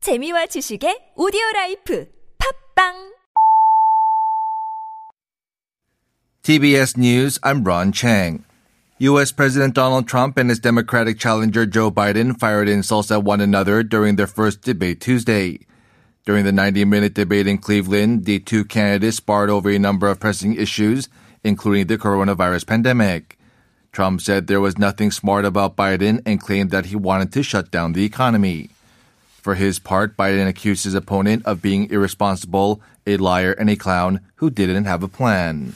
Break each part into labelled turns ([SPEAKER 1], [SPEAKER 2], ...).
[SPEAKER 1] 재미와 지식의 오디오 라이프 팝빵
[SPEAKER 2] TBS News, I'm Ron Chang. U.S. President Donald Trump and his Democratic challenger Joe Biden fired insults at one another during their first debate Tuesday. During the 90 minute debate in Cleveland, the two candidates sparred over a number of pressing issues, including the coronavirus pandemic. Trump said there was nothing smart about Biden and claimed that he wanted to shut down the economy. For his part, Biden accused his opponent of being irresponsible, a liar, and a clown who didn't have a plan.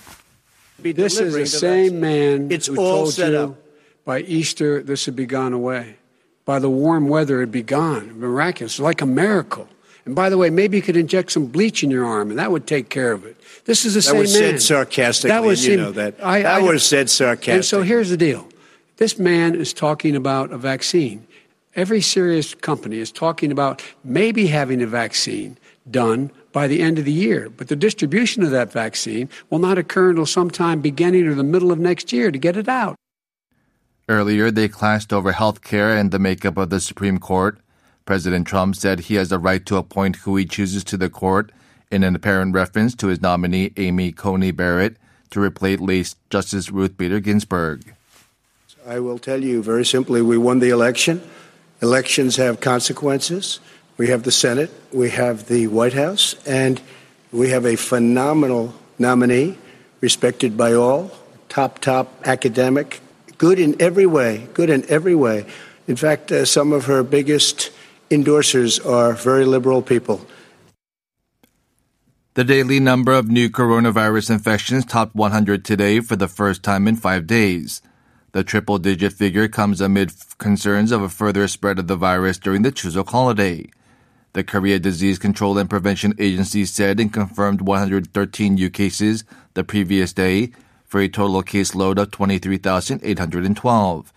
[SPEAKER 3] This is the same man
[SPEAKER 4] It's
[SPEAKER 3] who
[SPEAKER 4] all
[SPEAKER 3] told
[SPEAKER 4] set
[SPEAKER 3] you
[SPEAKER 4] up.
[SPEAKER 3] by Easter this would be gone away. By the warm weather, it'd be gone. Miraculous, like a miracle. And by the way, maybe you could inject some bleach in your arm, and that would take care of it. This is the
[SPEAKER 4] That
[SPEAKER 3] same
[SPEAKER 4] was
[SPEAKER 3] man.
[SPEAKER 4] said sarcastically, and you know that. That was said
[SPEAKER 3] And so
[SPEAKER 4] sarcastically.
[SPEAKER 3] here's the deal: this man is talking about a vaccine. Every serious company is talking about maybe having a vaccine done by the end of the year, but the distribution of that vaccine will not occur until sometime beginning or the middle of next year to get it out.
[SPEAKER 2] Earlier, they clashed over health care and the makeup of the Supreme Court. President Trump said he has the right to appoint who he chooses to the court in an apparent reference to his nominee, Amy Coney Barrett, to replace late Justice Ruth Bader Ginsburg.
[SPEAKER 4] I will tell you very simply we won the election. Elections have consequences. We have the Senate, we have the White House, and we have a phenomenal nominee, respected by all, top, top academic, good in every way, good in every way. In fact, uh, some of her biggest endorsers are very liberal people.
[SPEAKER 2] The daily number of new coronavirus infections topped 100 today for the first time in five days. The triple digit figure comes amid f- concerns of a further spread of the virus during the Chuseok holiday. The Korea Disease Control and Prevention Agency said it confirmed 113 new cases the previous day for a total caseload of 23,812.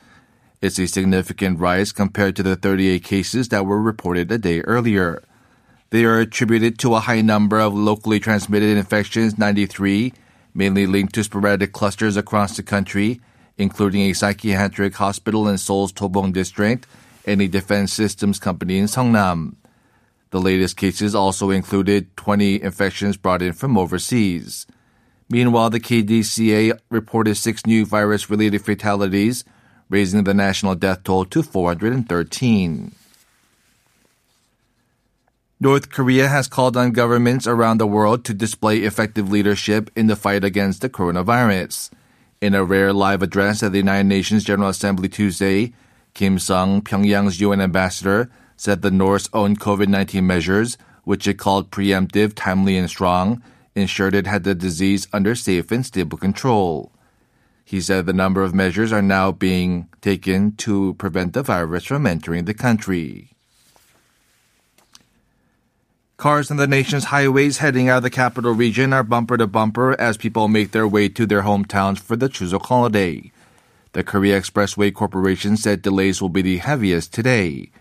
[SPEAKER 2] It's a significant rise compared to the 38 cases that were reported a day earlier. They are attributed to a high number of locally transmitted infections, 93, mainly linked to sporadic clusters across the country, including a psychiatric hospital in Seoul's Tobong district and a defense systems company in Seongnam. The latest cases also included 20 infections brought in from overseas. Meanwhile, the KDCA reported six new virus related fatalities, raising the national death toll to 413. North Korea has called on governments around the world to display effective leadership in the fight against the coronavirus. In a rare live address at the United Nations General Assembly Tuesday, Kim Sung, Pyongyang's UN ambassador, said the North's own COVID 19 measures, which it called preemptive, timely, and strong, ensured it had the disease under safe and stable control. He said the number of measures are now being taken to prevent the virus from entering the country. Cars on the nation's highways heading out of the capital region are bumper to bumper as people make their way to their hometowns for the Chuseok holiday. The Korea Expressway Corporation said delays will be the heaviest today.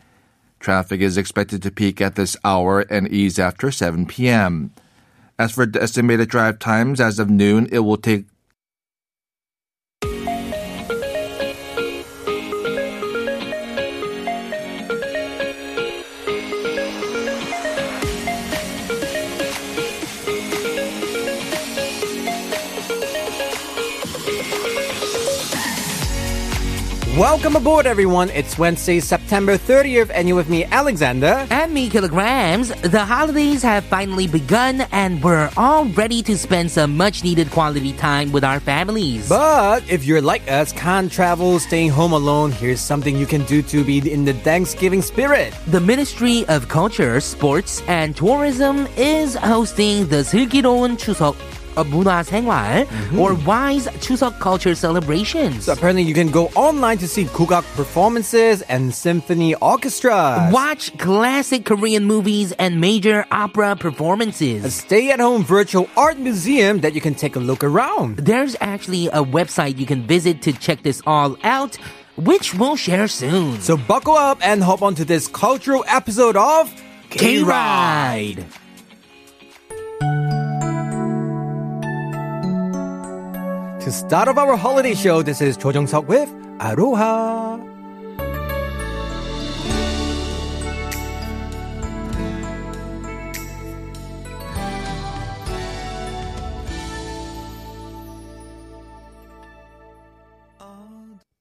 [SPEAKER 2] Traffic is expected to peak at this hour and ease after 7 p.m. As for estimated drive times, as of noon, it will take
[SPEAKER 5] Welcome aboard, everyone. It's Wednesday, September 30th, and you're with me, Alexander.
[SPEAKER 6] And me kilograms, the holidays have finally begun and we're all ready to spend some much needed quality time with our families.
[SPEAKER 5] But if you're like us, can't travel, staying home alone, here's something you can do to be in the Thanksgiving spirit.
[SPEAKER 6] the Ministry of Culture, Sports and Tourism is hosting the 슬기로운 추석 uh, 문화생활 or Wise Chuseok Culture Celebrations.
[SPEAKER 5] So apparently, you can go online to see Kugak performances and symphony orchestras.
[SPEAKER 6] Watch classic Korean movies and major opera performances.
[SPEAKER 5] A stay-at-home virtual art museum that you can take a look around.
[SPEAKER 6] There's actually a website you can visit to check this all out, which we'll share soon.
[SPEAKER 5] So buckle up and hop onto this cultural episode of
[SPEAKER 6] K-Ride.
[SPEAKER 5] To start off our holiday show, this is Cho Jung-seok with Aroha.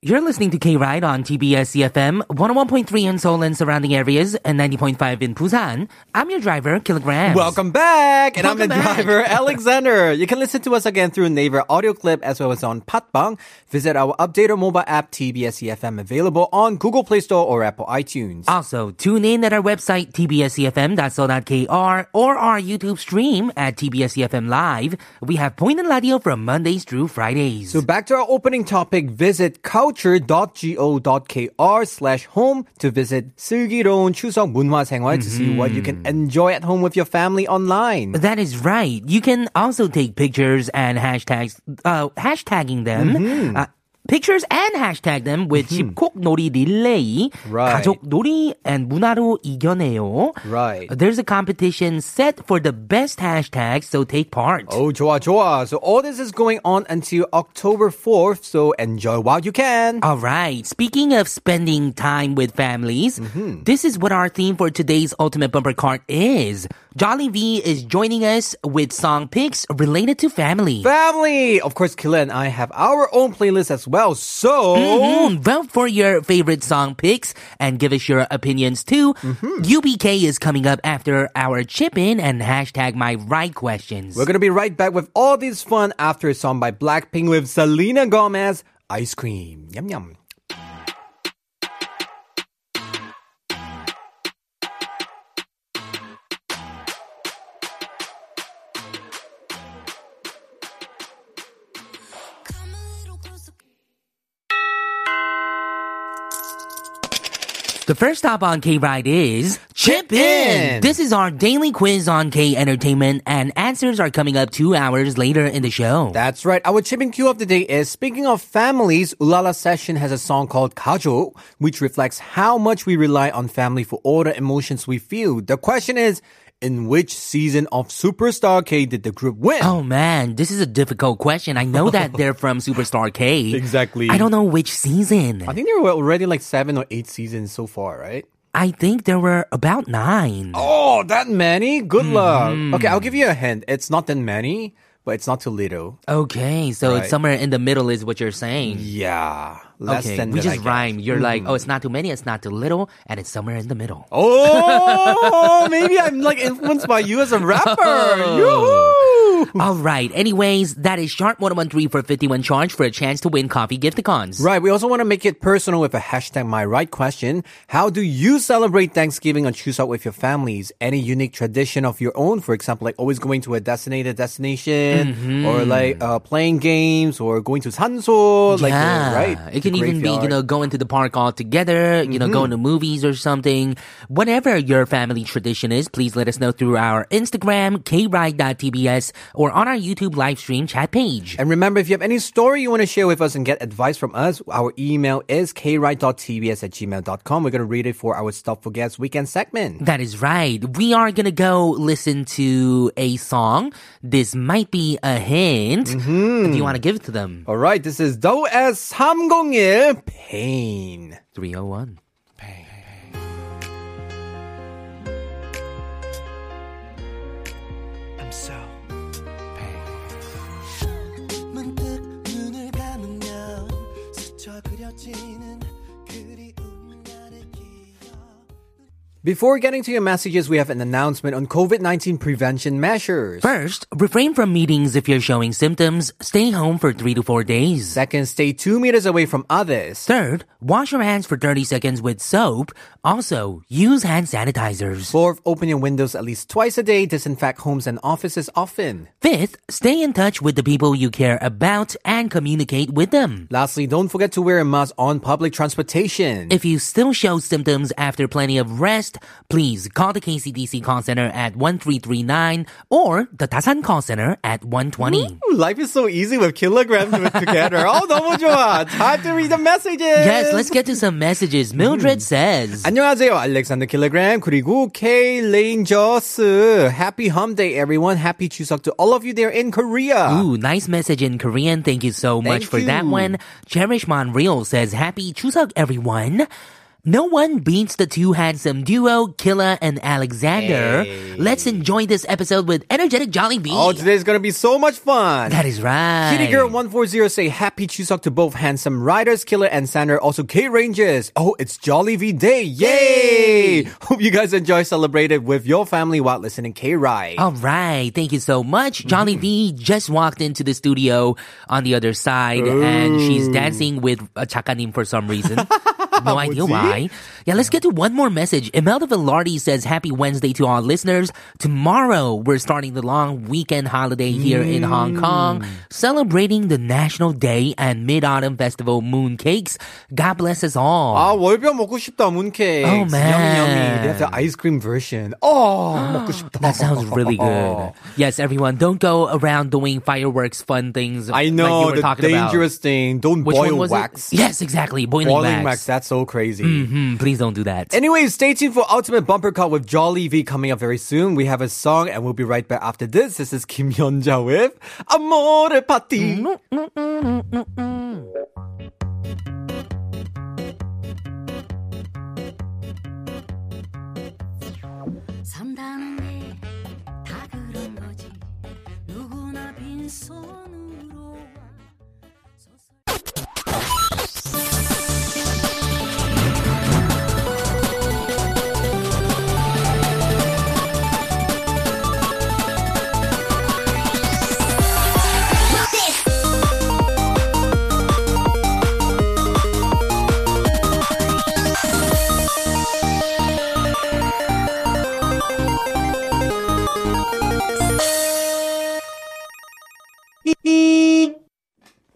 [SPEAKER 6] You're listening to K Ride on TBS CFM, 101.3 in Seoul and surrounding areas, and 90.5 in Busan. I'm your driver, Kilograms.
[SPEAKER 5] Welcome back, and I'm the
[SPEAKER 6] Welcome back.
[SPEAKER 5] driver Alexander. You can listen to us again through Naver audio clip as well as on Patbang. Visit our updated mobile app TBS EFM E available on Google Play Store or Apple iTunes.
[SPEAKER 6] Also, tune in at our website, tbscfm.so.kr, E or our YouTube stream at tbscfm E live. We have Point and Radio from Mondays through Fridays.
[SPEAKER 5] So back to our opening topic, visit culture.go.kr slash home to visit 슬기로운 추석 문화 생활 to see what you can
[SPEAKER 6] Mm-hmm.
[SPEAKER 5] enjoy at home with your family online.
[SPEAKER 6] That is right. You can also take pictures and hashtags, uh, hashtagging them.
[SPEAKER 5] Mm-hmm.
[SPEAKER 6] Uh, Pictures and hashtag them with 집콕놀이 릴레이,
[SPEAKER 5] Right.
[SPEAKER 6] 가족놀이 and 문화로 이겨내요.
[SPEAKER 5] Right.
[SPEAKER 6] There's a competition set for the best hashtags, so take part.
[SPEAKER 5] Oh, 좋아, 좋아. So all this is going on until October 4th, so enjoy while you can.
[SPEAKER 6] All right. Speaking of spending time with families,
[SPEAKER 5] Mm-hmm.
[SPEAKER 6] this is what our theme for today's Ultimate Bumper Card is. Jolly V is joining us with song picks related to family.
[SPEAKER 5] Family! Of course, Killa and I have our own playlist as well, so...
[SPEAKER 6] Mhm. Vote for your favorite song picks and give us your opinions too.
[SPEAKER 5] Mm-hmm.
[SPEAKER 6] UBK is coming up after our chip in and hashtag my right questions.
[SPEAKER 5] We're gonna be right back with all this fun after a song by Blackpink with Selena Gomez, Ice Cream. Yum yum.
[SPEAKER 6] The first stop on K Ride is
[SPEAKER 5] Chip In.
[SPEAKER 6] This is our daily quiz on K Entertainment, and answers are coming up two hours later in the show.
[SPEAKER 5] That's right. Our chipping cue of the day is speaking of families, Ulala Session has a song called Kajo, which reflects how much we rely on family for all the emotions we feel. The question is, in which season of Superstar K did the group win?
[SPEAKER 6] Oh man, this is a difficult question. I know that they're from Superstar K.
[SPEAKER 5] Exactly.
[SPEAKER 6] I don't know which season.
[SPEAKER 5] I think there were already like seven or eight seasons so far, right?
[SPEAKER 6] I think there were about nine.
[SPEAKER 5] Oh, that many? Good
[SPEAKER 6] Mm-hmm.
[SPEAKER 5] luck. Okay, I'll give you a hint. It's not that many, but it's not too little.
[SPEAKER 6] Okay, so
[SPEAKER 5] Right.
[SPEAKER 6] it's somewhere in the middle is what you're saying.
[SPEAKER 5] Yeah, less
[SPEAKER 6] okay,
[SPEAKER 5] than
[SPEAKER 6] we
[SPEAKER 5] that, I Mm-hmm.
[SPEAKER 6] just
[SPEAKER 5] guess.
[SPEAKER 6] rhyme. You're like, oh, it's not too many, it's not too little, and it's somewhere in the middle.
[SPEAKER 5] Oh, maybe I'm like influenced by you as a
[SPEAKER 6] Oh.
[SPEAKER 5] rapper. Yoo-hoo!
[SPEAKER 6] All right. Anyways, that is sharp 1013 for 51 charge for a chance to win coffee gifticons.
[SPEAKER 5] Right, we also want to make it personal with a hashtag my right question. How do you celebrate Thanksgiving or choose out with your families? Any unique tradition of your own? For example, like always going to a designated destination
[SPEAKER 6] Mm-hmm.
[SPEAKER 5] or like uh, playing games or going to Sanso. Like, uh, right?
[SPEAKER 6] It can
[SPEAKER 5] the
[SPEAKER 6] even be, you
[SPEAKER 5] graveyard.
[SPEAKER 6] know, going to the park all together, you know,
[SPEAKER 5] Mm-hmm.
[SPEAKER 6] going to movies or something. Whatever your family tradition is, please let us know through our Instagram, kride.tbs, or on our YouTube live stream chat page.
[SPEAKER 5] And remember, if you have any story you want to share with us and get advice from us, our email is kride.tbs at gmail.com. We're going to read it for our Stuff for Guests weekend segment.
[SPEAKER 6] That is right. We are gonna go listen to a song. This might be a hint. Do you want to give it to them?
[SPEAKER 5] All right, this is Do S 301 Pain.
[SPEAKER 6] 301.
[SPEAKER 5] Before getting to your messages, we have an announcement on COVID 19 prevention measures.
[SPEAKER 6] First, refrain from meetings if you're showing symptoms. Stay home for three to four days.
[SPEAKER 5] Second, stay two meters away from others.
[SPEAKER 6] Third, wash your hands for 30 seconds with soap. Also, use hand sanitizers.
[SPEAKER 5] Fourth, open your windows at least twice a day, disinfect homes and offices often.
[SPEAKER 6] Fifth, stay in touch with the people you care about and communicate with them.
[SPEAKER 5] Lastly, don't forget to wear a mask on public transportation.
[SPEAKER 6] If you still show symptoms after plenty of rest, please call the KCDC call center at 1339 or the Dasan call center at 120.
[SPEAKER 5] Life is so easy with kilograms together. oh, 너무 좋아. Time to read the messages.
[SPEAKER 6] Yes, let's get to some messages. Mildred
[SPEAKER 5] Hmm.
[SPEAKER 6] says,
[SPEAKER 5] 안녕하세요, 알렉산더 킬로그램 그리고 K 레인 저스. Happy Hump Day, everyone. Happy Chuseok to all of you there in Korea.
[SPEAKER 6] Ooh, nice message in Korean. Thank you so much
[SPEAKER 5] Thank
[SPEAKER 6] for that
[SPEAKER 5] you.
[SPEAKER 6] one. Cherish Monreal says, Happy Chuseok, everyone. No one beats the two handsome duo, Killa and Alexander. Let's enjoy this episode with energetic Jolly Bee.
[SPEAKER 5] Oh, today's gonna be so much fun.
[SPEAKER 6] that is right.
[SPEAKER 5] Kitty Girl 140 say happy Chuseok to both handsome riders, Killer and Sander, also K Rangers. Oh, it's Jolly V Day. Yay! Hope you guys enjoy celebrated with your family while listening K Ride.
[SPEAKER 6] All right, thank you so much. Jolly B just walked into the studio on the other side, and she's dancing with a chakanim for some reason. No idea why. Yeah, let's get to one more message. Imelda Velarde says, Happy Wednesday to all listeners. Tomorrow, we're starting the long weekend holiday here in Hong Kong, celebrating the National Day and Mid Autumn Festival mooncakes. God bless us all.
[SPEAKER 5] 아, 월병 먹고 싶다, mooncakes.
[SPEAKER 6] Oh, man.
[SPEAKER 5] Yummy, yummy. They have the ice cream version. Oh, 먹고 싶다.
[SPEAKER 6] That sounds really good. Yes, everyone, don't go around doing fireworks fun things.
[SPEAKER 5] I
[SPEAKER 6] like you
[SPEAKER 5] know,
[SPEAKER 6] were
[SPEAKER 5] the
[SPEAKER 6] talking
[SPEAKER 5] dangerous
[SPEAKER 6] About.
[SPEAKER 5] thing. Don't
[SPEAKER 6] Which
[SPEAKER 5] boil
[SPEAKER 6] one was
[SPEAKER 5] wax.
[SPEAKER 6] It? Yes, exactly. Boiling,
[SPEAKER 5] Boiling wax.
[SPEAKER 6] wax.
[SPEAKER 5] that's so crazy.
[SPEAKER 6] Hmm, please don't do that.
[SPEAKER 5] Anyways, stay tuned for Ultimate Bumper Cut with Jolly V coming up very soon. We have a song and we'll be right back after this. This is Kim Yeonja with Amore Party.
[SPEAKER 6] Mm-hmm.
[SPEAKER 7] 산다는 게 다 그런 거지 누구나 빈손으로 와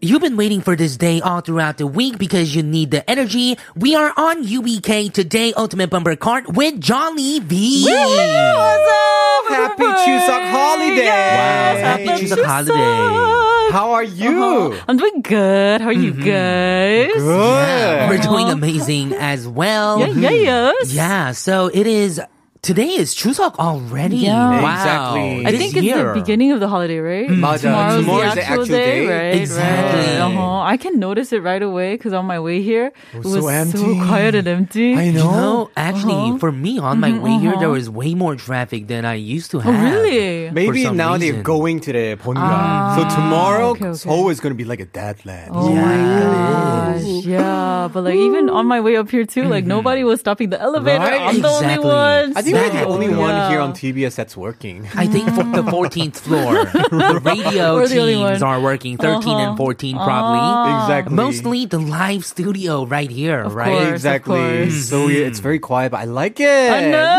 [SPEAKER 6] You've been waiting for this day all throughout the week because you need the energy. We are on UBK today, Ultimate Bumper Cart with Jolly V.
[SPEAKER 5] Happy Chuseok holiday!
[SPEAKER 6] Wow, happy Chuseok holiday. Uh-huh.
[SPEAKER 5] How are you?
[SPEAKER 8] I'm doing good. How are you
[SPEAKER 5] Mm-hmm.
[SPEAKER 8] guys?
[SPEAKER 5] Good.
[SPEAKER 6] We're doing amazing as well.
[SPEAKER 8] Uh-huh. Yeah, yeah, yes.
[SPEAKER 6] Yeah, so it is. Today is Chuseok already.
[SPEAKER 8] Yeah.
[SPEAKER 6] Wow.
[SPEAKER 5] Exactly.
[SPEAKER 8] I
[SPEAKER 6] This
[SPEAKER 8] think it's
[SPEAKER 6] year.
[SPEAKER 8] the beginning of the holiday, right?
[SPEAKER 5] 맞아.
[SPEAKER 8] Tomorrow's
[SPEAKER 5] Tomorrow is the
[SPEAKER 8] the actual,
[SPEAKER 5] actual
[SPEAKER 8] day,
[SPEAKER 5] day.
[SPEAKER 8] right?
[SPEAKER 6] Exactly.
[SPEAKER 8] Right. Uh-huh. I can notice it right away because on my way here, it
[SPEAKER 5] Oh,
[SPEAKER 8] was
[SPEAKER 5] so
[SPEAKER 8] so,
[SPEAKER 5] empty.
[SPEAKER 8] quiet and empty.
[SPEAKER 5] I
[SPEAKER 6] You
[SPEAKER 5] know.
[SPEAKER 6] know, actually,
[SPEAKER 8] Uh-huh.
[SPEAKER 6] for me on my way here, there was way more traffic than I used to
[SPEAKER 8] Mm-hmm, Oh,
[SPEAKER 6] have.
[SPEAKER 8] really?
[SPEAKER 5] Maybe
[SPEAKER 6] For some
[SPEAKER 5] now
[SPEAKER 6] reason.
[SPEAKER 5] they're going today, 본가. so tomorrow,
[SPEAKER 8] Ah, okay, okay.
[SPEAKER 5] Seoul is going to be like a deadland.
[SPEAKER 8] Oh my gosh. Yeah. But like even on my way up here too, like nobody was stopping the elevator.
[SPEAKER 5] Mm-hmm. Right?
[SPEAKER 8] I'm the only
[SPEAKER 6] Exactly.
[SPEAKER 8] one.
[SPEAKER 5] I think we're the
[SPEAKER 8] so,
[SPEAKER 5] only one
[SPEAKER 8] Oh, yeah.
[SPEAKER 5] here on TBS that's working.
[SPEAKER 6] I think for the 14th floor, the radio
[SPEAKER 8] We're the only
[SPEAKER 6] teams
[SPEAKER 8] one. Uh-huh.
[SPEAKER 6] are working 13 and 14 probably.
[SPEAKER 8] Ah,
[SPEAKER 5] Exactly.
[SPEAKER 6] Mostly the live studio right here, right?
[SPEAKER 8] course.
[SPEAKER 5] Exactly.
[SPEAKER 8] course.
[SPEAKER 5] So yeah, it's very quiet, but I like it.
[SPEAKER 8] I know.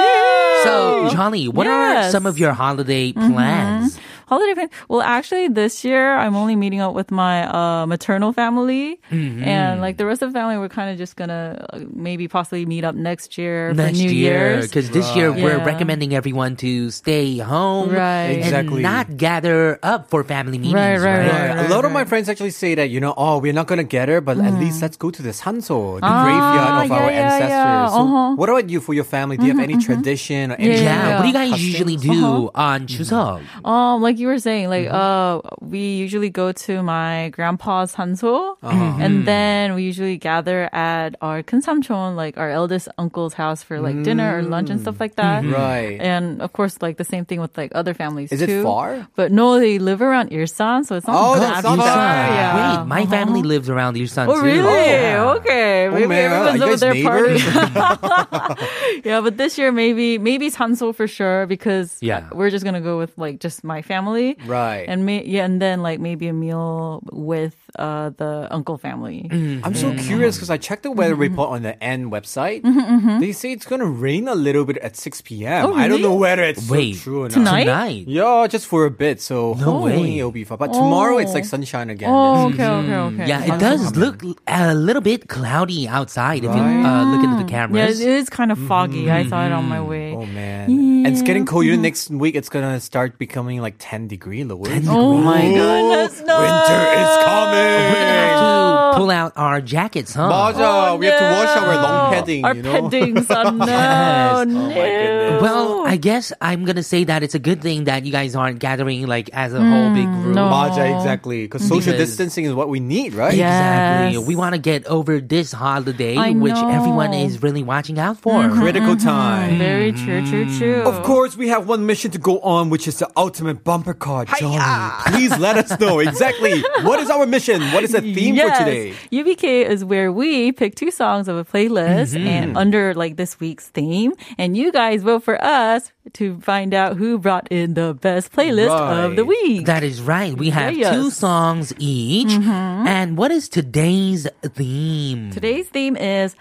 [SPEAKER 6] So, Johnny, what are
[SPEAKER 8] Yes. Mm-hmm.
[SPEAKER 6] some of your holiday plans?
[SPEAKER 8] holiday plan. Well, actually, this year I'm only meeting up with my uh, maternal family,
[SPEAKER 5] Mm-hmm.
[SPEAKER 8] and like the rest of the family, we're kind of just gonna uh, maybe possibly meet up next year
[SPEAKER 6] Next
[SPEAKER 8] for New
[SPEAKER 6] year,
[SPEAKER 8] Year's.
[SPEAKER 6] because this year we're
[SPEAKER 8] Yeah.
[SPEAKER 6] recommending everyone to stay home
[SPEAKER 8] Right.
[SPEAKER 5] Exactly.
[SPEAKER 6] and not gather up for family meetings.
[SPEAKER 8] Right, right, right. Mm.
[SPEAKER 5] Yeah, a lot of my friends actually say that you know, oh, we're not gonna get her, but at least let's go to the Sanso, the graveyard of
[SPEAKER 8] Ah, yeah,
[SPEAKER 5] our
[SPEAKER 8] yeah, yeah.
[SPEAKER 5] ancestors. So,
[SPEAKER 8] Uh-huh. Mm-hmm,
[SPEAKER 5] what about you for your family? Do you have any tradition or
[SPEAKER 6] Yeah.
[SPEAKER 5] any?
[SPEAKER 8] Yeah.
[SPEAKER 6] What do you guys
[SPEAKER 5] Customs.
[SPEAKER 6] usually do on Chuseok?
[SPEAKER 8] Um, like you were saying, like
[SPEAKER 5] Mm-hmm.
[SPEAKER 8] uh, we usually go to my grandpa's hanso,
[SPEAKER 5] Uh-huh. Mm.
[SPEAKER 8] and then we usually gather at our kinsamchon, like our eldest uncle's house for like dinner or lunch and stuff like that.
[SPEAKER 5] Mm. Mm-hmm. Right.
[SPEAKER 8] And of course, like the same thing with like other families
[SPEAKER 5] Is it
[SPEAKER 8] too.
[SPEAKER 5] far?
[SPEAKER 8] But no, they live around Irsan, so it's not
[SPEAKER 5] Oh,
[SPEAKER 8] that
[SPEAKER 5] that's not
[SPEAKER 8] far.
[SPEAKER 5] far.
[SPEAKER 8] Yeah. Uh-huh.
[SPEAKER 6] Wait, my family lives around Irsan
[SPEAKER 8] Oh
[SPEAKER 6] too.
[SPEAKER 8] really?
[SPEAKER 6] Yeah.
[SPEAKER 8] Okay.
[SPEAKER 5] Oh,
[SPEAKER 8] Maybe
[SPEAKER 5] man,
[SPEAKER 8] everyone's
[SPEAKER 5] are you
[SPEAKER 8] over
[SPEAKER 5] guys
[SPEAKER 8] there
[SPEAKER 5] neighbors?
[SPEAKER 8] partying. yeah, but this year maybe maybe Sanso for sure because
[SPEAKER 6] Yeah.
[SPEAKER 8] we're just gonna go with like just my family.
[SPEAKER 5] Right.
[SPEAKER 8] And may- yeah, and then like maybe a meal with uh the uncle family.
[SPEAKER 5] I'm so
[SPEAKER 8] Mm-hmm.
[SPEAKER 5] curious because I checked the weather report on the N website. They say it's gonna rain a little bit at 6 p.m.
[SPEAKER 8] mm-hmm. Oh,
[SPEAKER 5] I don't
[SPEAKER 8] really?
[SPEAKER 5] know whether it's so
[SPEAKER 6] Wait,
[SPEAKER 5] true or not.
[SPEAKER 8] Tonight?
[SPEAKER 6] Tonight?
[SPEAKER 5] Yeah, just for a bit. So hopefully
[SPEAKER 6] way.
[SPEAKER 5] it'll be fun. But tomorrow it's
[SPEAKER 8] Oh.
[SPEAKER 5] like sunshine again.
[SPEAKER 8] Oh, okay, okay,
[SPEAKER 5] Mm-hmm.
[SPEAKER 8] okay.
[SPEAKER 6] Mm,
[SPEAKER 8] Uh,
[SPEAKER 6] Yeah, it does look a little bit cloudy outside if you
[SPEAKER 5] Right.
[SPEAKER 6] uh, look into the
[SPEAKER 8] Yeah,
[SPEAKER 6] cameras.
[SPEAKER 8] it is kind of foggy. I saw it on my way.
[SPEAKER 5] Mm-hmm. Oh man. And it's getting cold. You know, next week it's gonna start becoming like 10 degree lower.
[SPEAKER 8] Oh my goodness, no.
[SPEAKER 5] Oh. Winter is
[SPEAKER 8] Oh,
[SPEAKER 6] We're gonna
[SPEAKER 5] coming.
[SPEAKER 6] have to pull out our jackets, huh?
[SPEAKER 5] 맞아. we have to wash our long padding.
[SPEAKER 8] Oh, Our
[SPEAKER 5] you know? Oh,
[SPEAKER 8] paddings are no, no.
[SPEAKER 6] Well, I guess I'm gonna say that it's a good thing that you guys aren't gathering like as a whole big group.
[SPEAKER 8] Mm, no.
[SPEAKER 5] 맞아, exactly. Because social
[SPEAKER 6] Because-
[SPEAKER 5] distancing is what we need, right?
[SPEAKER 8] Yeah.
[SPEAKER 6] Exactly.
[SPEAKER 8] Yes.
[SPEAKER 6] We want to get over this holiday,
[SPEAKER 8] I
[SPEAKER 6] which everyone
[SPEAKER 8] know. Mm-hmm.
[SPEAKER 6] is really watching out for.
[SPEAKER 5] Critical time.
[SPEAKER 8] Very true, true, true.
[SPEAKER 5] Mm. Of course, we have one mission to go on, which is the ultimate bumper car. Johnny, please let us know exactly what is our mission. What is the theme
[SPEAKER 8] yes.
[SPEAKER 5] for today?
[SPEAKER 8] UBK is where we pick two songs of a playlist
[SPEAKER 5] Mm-hmm.
[SPEAKER 8] and under like this week's theme, and you guys vote for us to find out who brought in the best playlist of the
[SPEAKER 5] Right.
[SPEAKER 8] week.
[SPEAKER 6] That is right. We have
[SPEAKER 8] Yes. Mm-hmm.
[SPEAKER 6] two songs each. And what is today's theme?
[SPEAKER 8] Today's theme is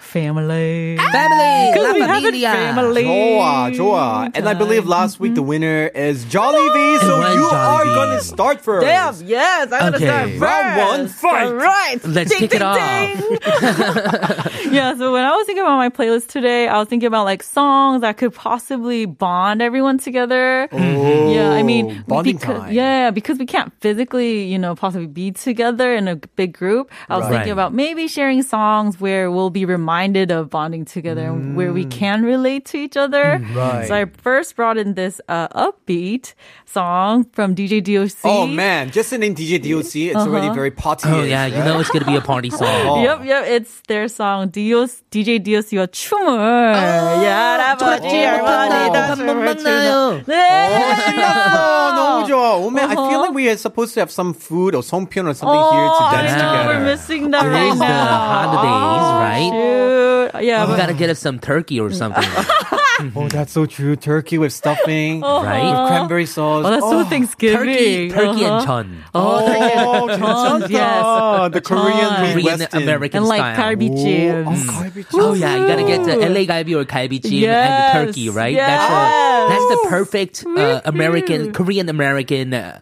[SPEAKER 8] family.
[SPEAKER 6] Family. La
[SPEAKER 8] Because we have it
[SPEAKER 6] familia.
[SPEAKER 8] family.
[SPEAKER 5] Joa, Joa. And I believe last week
[SPEAKER 8] Mm-hmm.
[SPEAKER 5] the winner is Jollibee, so
[SPEAKER 6] It was
[SPEAKER 5] you are
[SPEAKER 6] Jollibee.
[SPEAKER 5] going to start first.
[SPEAKER 8] Damn, yes, I'm
[SPEAKER 6] Okay.
[SPEAKER 8] gonna start first.
[SPEAKER 5] Round one, fight.
[SPEAKER 8] All right.
[SPEAKER 6] Let's kick it off.
[SPEAKER 8] yeah, so when I was thinking about my playlist today, I was thinking about like songs that could possibly bond everyone together.
[SPEAKER 5] Oh.
[SPEAKER 8] yeah, I mean,
[SPEAKER 5] bonding time.
[SPEAKER 8] because, yeah, because we can't physically, you know, possibly be together in a big group. I was
[SPEAKER 6] Right.
[SPEAKER 8] thinking about maybe sharing songs where we'll be reminded of bonding together and where we can relate to each other.
[SPEAKER 5] Mm. right.
[SPEAKER 8] So I first brought in this uh, upbeat song from DJ DOC.
[SPEAKER 5] Oh man, just the name DJ DOC, it's
[SPEAKER 8] Uh-huh.
[SPEAKER 5] already very potty.
[SPEAKER 6] Oh, yeah. You know it's going to be a party song.
[SPEAKER 8] Yep, yep. It's their song DOS, DJ DOS와 춤을 Oh, 알아보지
[SPEAKER 6] 못한다.
[SPEAKER 8] 할머니 다
[SPEAKER 6] 한 번만
[SPEAKER 8] 춤을
[SPEAKER 6] 나요.
[SPEAKER 8] 추는 네.
[SPEAKER 5] Oh, 너무 좋아. Oh man, I feel like we are supposed to have some food or songpyeon or something here to
[SPEAKER 8] Uh-huh. Oh, I
[SPEAKER 5] dance
[SPEAKER 8] know
[SPEAKER 5] together.
[SPEAKER 8] we're missing that
[SPEAKER 6] During
[SPEAKER 8] right
[SPEAKER 6] the
[SPEAKER 8] now. Oh,
[SPEAKER 6] holidays, right? Oh
[SPEAKER 8] Shoot. Yeah,
[SPEAKER 6] We
[SPEAKER 8] but
[SPEAKER 6] got to get us some turkey or something.
[SPEAKER 5] Oh, that's so true. Turkey with stuffing,
[SPEAKER 6] Right?
[SPEAKER 5] with cranberry sauce.
[SPEAKER 8] well, Oh. that's so
[SPEAKER 6] Turkey,
[SPEAKER 8] Thanksgiving.
[SPEAKER 6] oh, turkey and
[SPEAKER 8] Uh-huh.
[SPEAKER 6] chun.
[SPEAKER 5] Oh, oh
[SPEAKER 8] Chon,
[SPEAKER 5] 괜찮다.
[SPEAKER 8] yes.
[SPEAKER 5] The Korean
[SPEAKER 6] Korean
[SPEAKER 5] Midwestern.
[SPEAKER 6] American
[SPEAKER 8] And like
[SPEAKER 6] style.
[SPEAKER 8] 갈비찜.
[SPEAKER 6] Oh yeah, you gotta get the LA galbi or kalbichi
[SPEAKER 8] Yes,
[SPEAKER 6] and the turkey, right?
[SPEAKER 8] yes.
[SPEAKER 6] That's, the, that's the perfect uh, American, Korean American uh,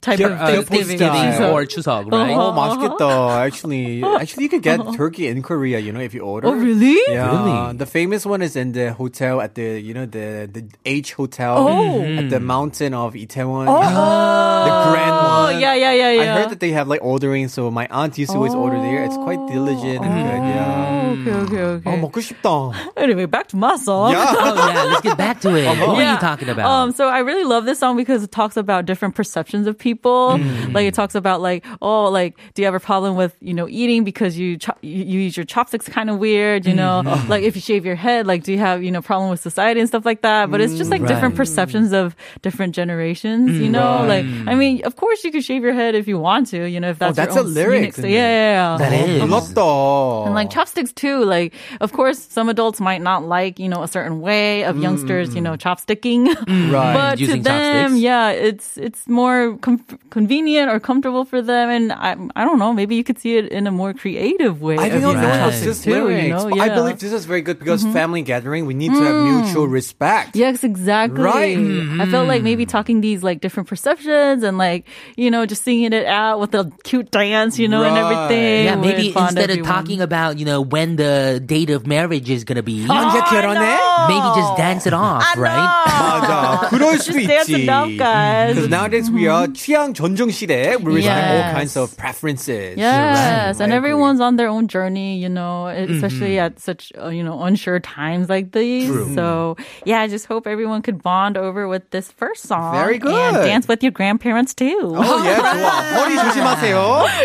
[SPEAKER 8] type
[SPEAKER 5] Your-
[SPEAKER 8] of
[SPEAKER 5] uh,
[SPEAKER 8] Thanksgiving.
[SPEAKER 5] Thanksgiving
[SPEAKER 8] So-
[SPEAKER 6] or chuseok, right?
[SPEAKER 5] Oh, 맛있겠다. Actually, actually, you could get turkey in Korea. You know, if you order.
[SPEAKER 8] Oh, really?
[SPEAKER 5] Yeah, the famous one is in the hotel at the you know the the H hotel
[SPEAKER 8] Oh.
[SPEAKER 5] at the mountain of Itaewon. the grand
[SPEAKER 8] Oh,
[SPEAKER 5] one.
[SPEAKER 8] yeah, yeah, yeah, yeah.
[SPEAKER 5] I heard that they have like ordering, so my aunt used to always order there. It's quite
[SPEAKER 8] Oh.
[SPEAKER 5] diligent and good. Yeah.
[SPEAKER 8] Okay, okay, okay.
[SPEAKER 5] Oh, 먹고 싶다.
[SPEAKER 8] Anyway, back to my
[SPEAKER 6] oh
[SPEAKER 8] song.
[SPEAKER 6] yeah, let's get back to it. What were
[SPEAKER 8] Yeah.
[SPEAKER 6] you talking about?
[SPEAKER 8] Um, so I really love this song because it talks about different perceptions of people.
[SPEAKER 5] Mm.
[SPEAKER 8] Like it talks about like, oh, like do you have a problem with you know eating because you cho- you, you use your chopsticks kind of weird, you know?
[SPEAKER 5] Mm.
[SPEAKER 8] Like if you shave your head, like do you have you know problem with society and stuff like that? But it's just
[SPEAKER 5] Mm.
[SPEAKER 8] like different perceptions of different generations, you know? Like I mean, of course you can shave your head if you want to, you know, if
[SPEAKER 5] Oh,
[SPEAKER 8] that's,
[SPEAKER 5] that's
[SPEAKER 8] your
[SPEAKER 5] a
[SPEAKER 8] own
[SPEAKER 5] lyric,
[SPEAKER 8] unique- so-
[SPEAKER 5] isn't it?
[SPEAKER 8] yeah, yeah, yeah.
[SPEAKER 6] That is.
[SPEAKER 5] 불렀다.
[SPEAKER 8] And like chopsticks too, like of course some adults might not like you know a certain way of youngsters, you know chopsticking,
[SPEAKER 5] Mm. Right.
[SPEAKER 8] but to
[SPEAKER 6] Using
[SPEAKER 8] them,
[SPEAKER 6] chopsticks.
[SPEAKER 8] yeah, it's it's more com- convenient or comfortable for them, and I I don't know, maybe you could see it in a more creative way.
[SPEAKER 5] I
[SPEAKER 8] of
[SPEAKER 5] do not know
[SPEAKER 8] using
[SPEAKER 6] Right.
[SPEAKER 5] about
[SPEAKER 8] chopsticks
[SPEAKER 5] this
[SPEAKER 8] too, you
[SPEAKER 5] lyrics,
[SPEAKER 8] know?
[SPEAKER 5] but I
[SPEAKER 8] Yeah. Mm-hmm. Mm.
[SPEAKER 5] believe this is very good because family gathering, we need to have mutual respect.
[SPEAKER 8] Yes, exactly.
[SPEAKER 5] Right. Mm.
[SPEAKER 8] I felt like maybe talking these like different perceptions and like you know just singing it out with a cute dance, you know, and
[SPEAKER 5] Right.
[SPEAKER 8] everything.
[SPEAKER 6] yeah, maybe
[SPEAKER 8] would bond
[SPEAKER 6] instead of
[SPEAKER 8] everyone.
[SPEAKER 6] talking about you know when the date of marriage is gonna be,
[SPEAKER 5] 언제
[SPEAKER 8] 아, Oh!
[SPEAKER 5] 결혼해?
[SPEAKER 6] maybe just dance it off, right?
[SPEAKER 5] 맞아. 그럴 수도
[SPEAKER 8] Just dance
[SPEAKER 5] 있지.
[SPEAKER 8] it out, guys.
[SPEAKER 5] Because
[SPEAKER 8] Mm-hmm.
[SPEAKER 5] nowadays we are 취향 존중 시대. We respect all
[SPEAKER 8] Yes.
[SPEAKER 5] kinds of preferences.
[SPEAKER 8] Yes,
[SPEAKER 5] Right.
[SPEAKER 8] and
[SPEAKER 5] I agree. Mm-hmm.
[SPEAKER 8] everyone's on their own journey, you know, e-, especially at such uh, you know unsure times like these. So yeah, I just hope everyone could bond over with this first song.
[SPEAKER 5] Very good.
[SPEAKER 8] And dance with your grandparents too.
[SPEAKER 5] Oh, yeah, 좋아. 머리 조심하세요.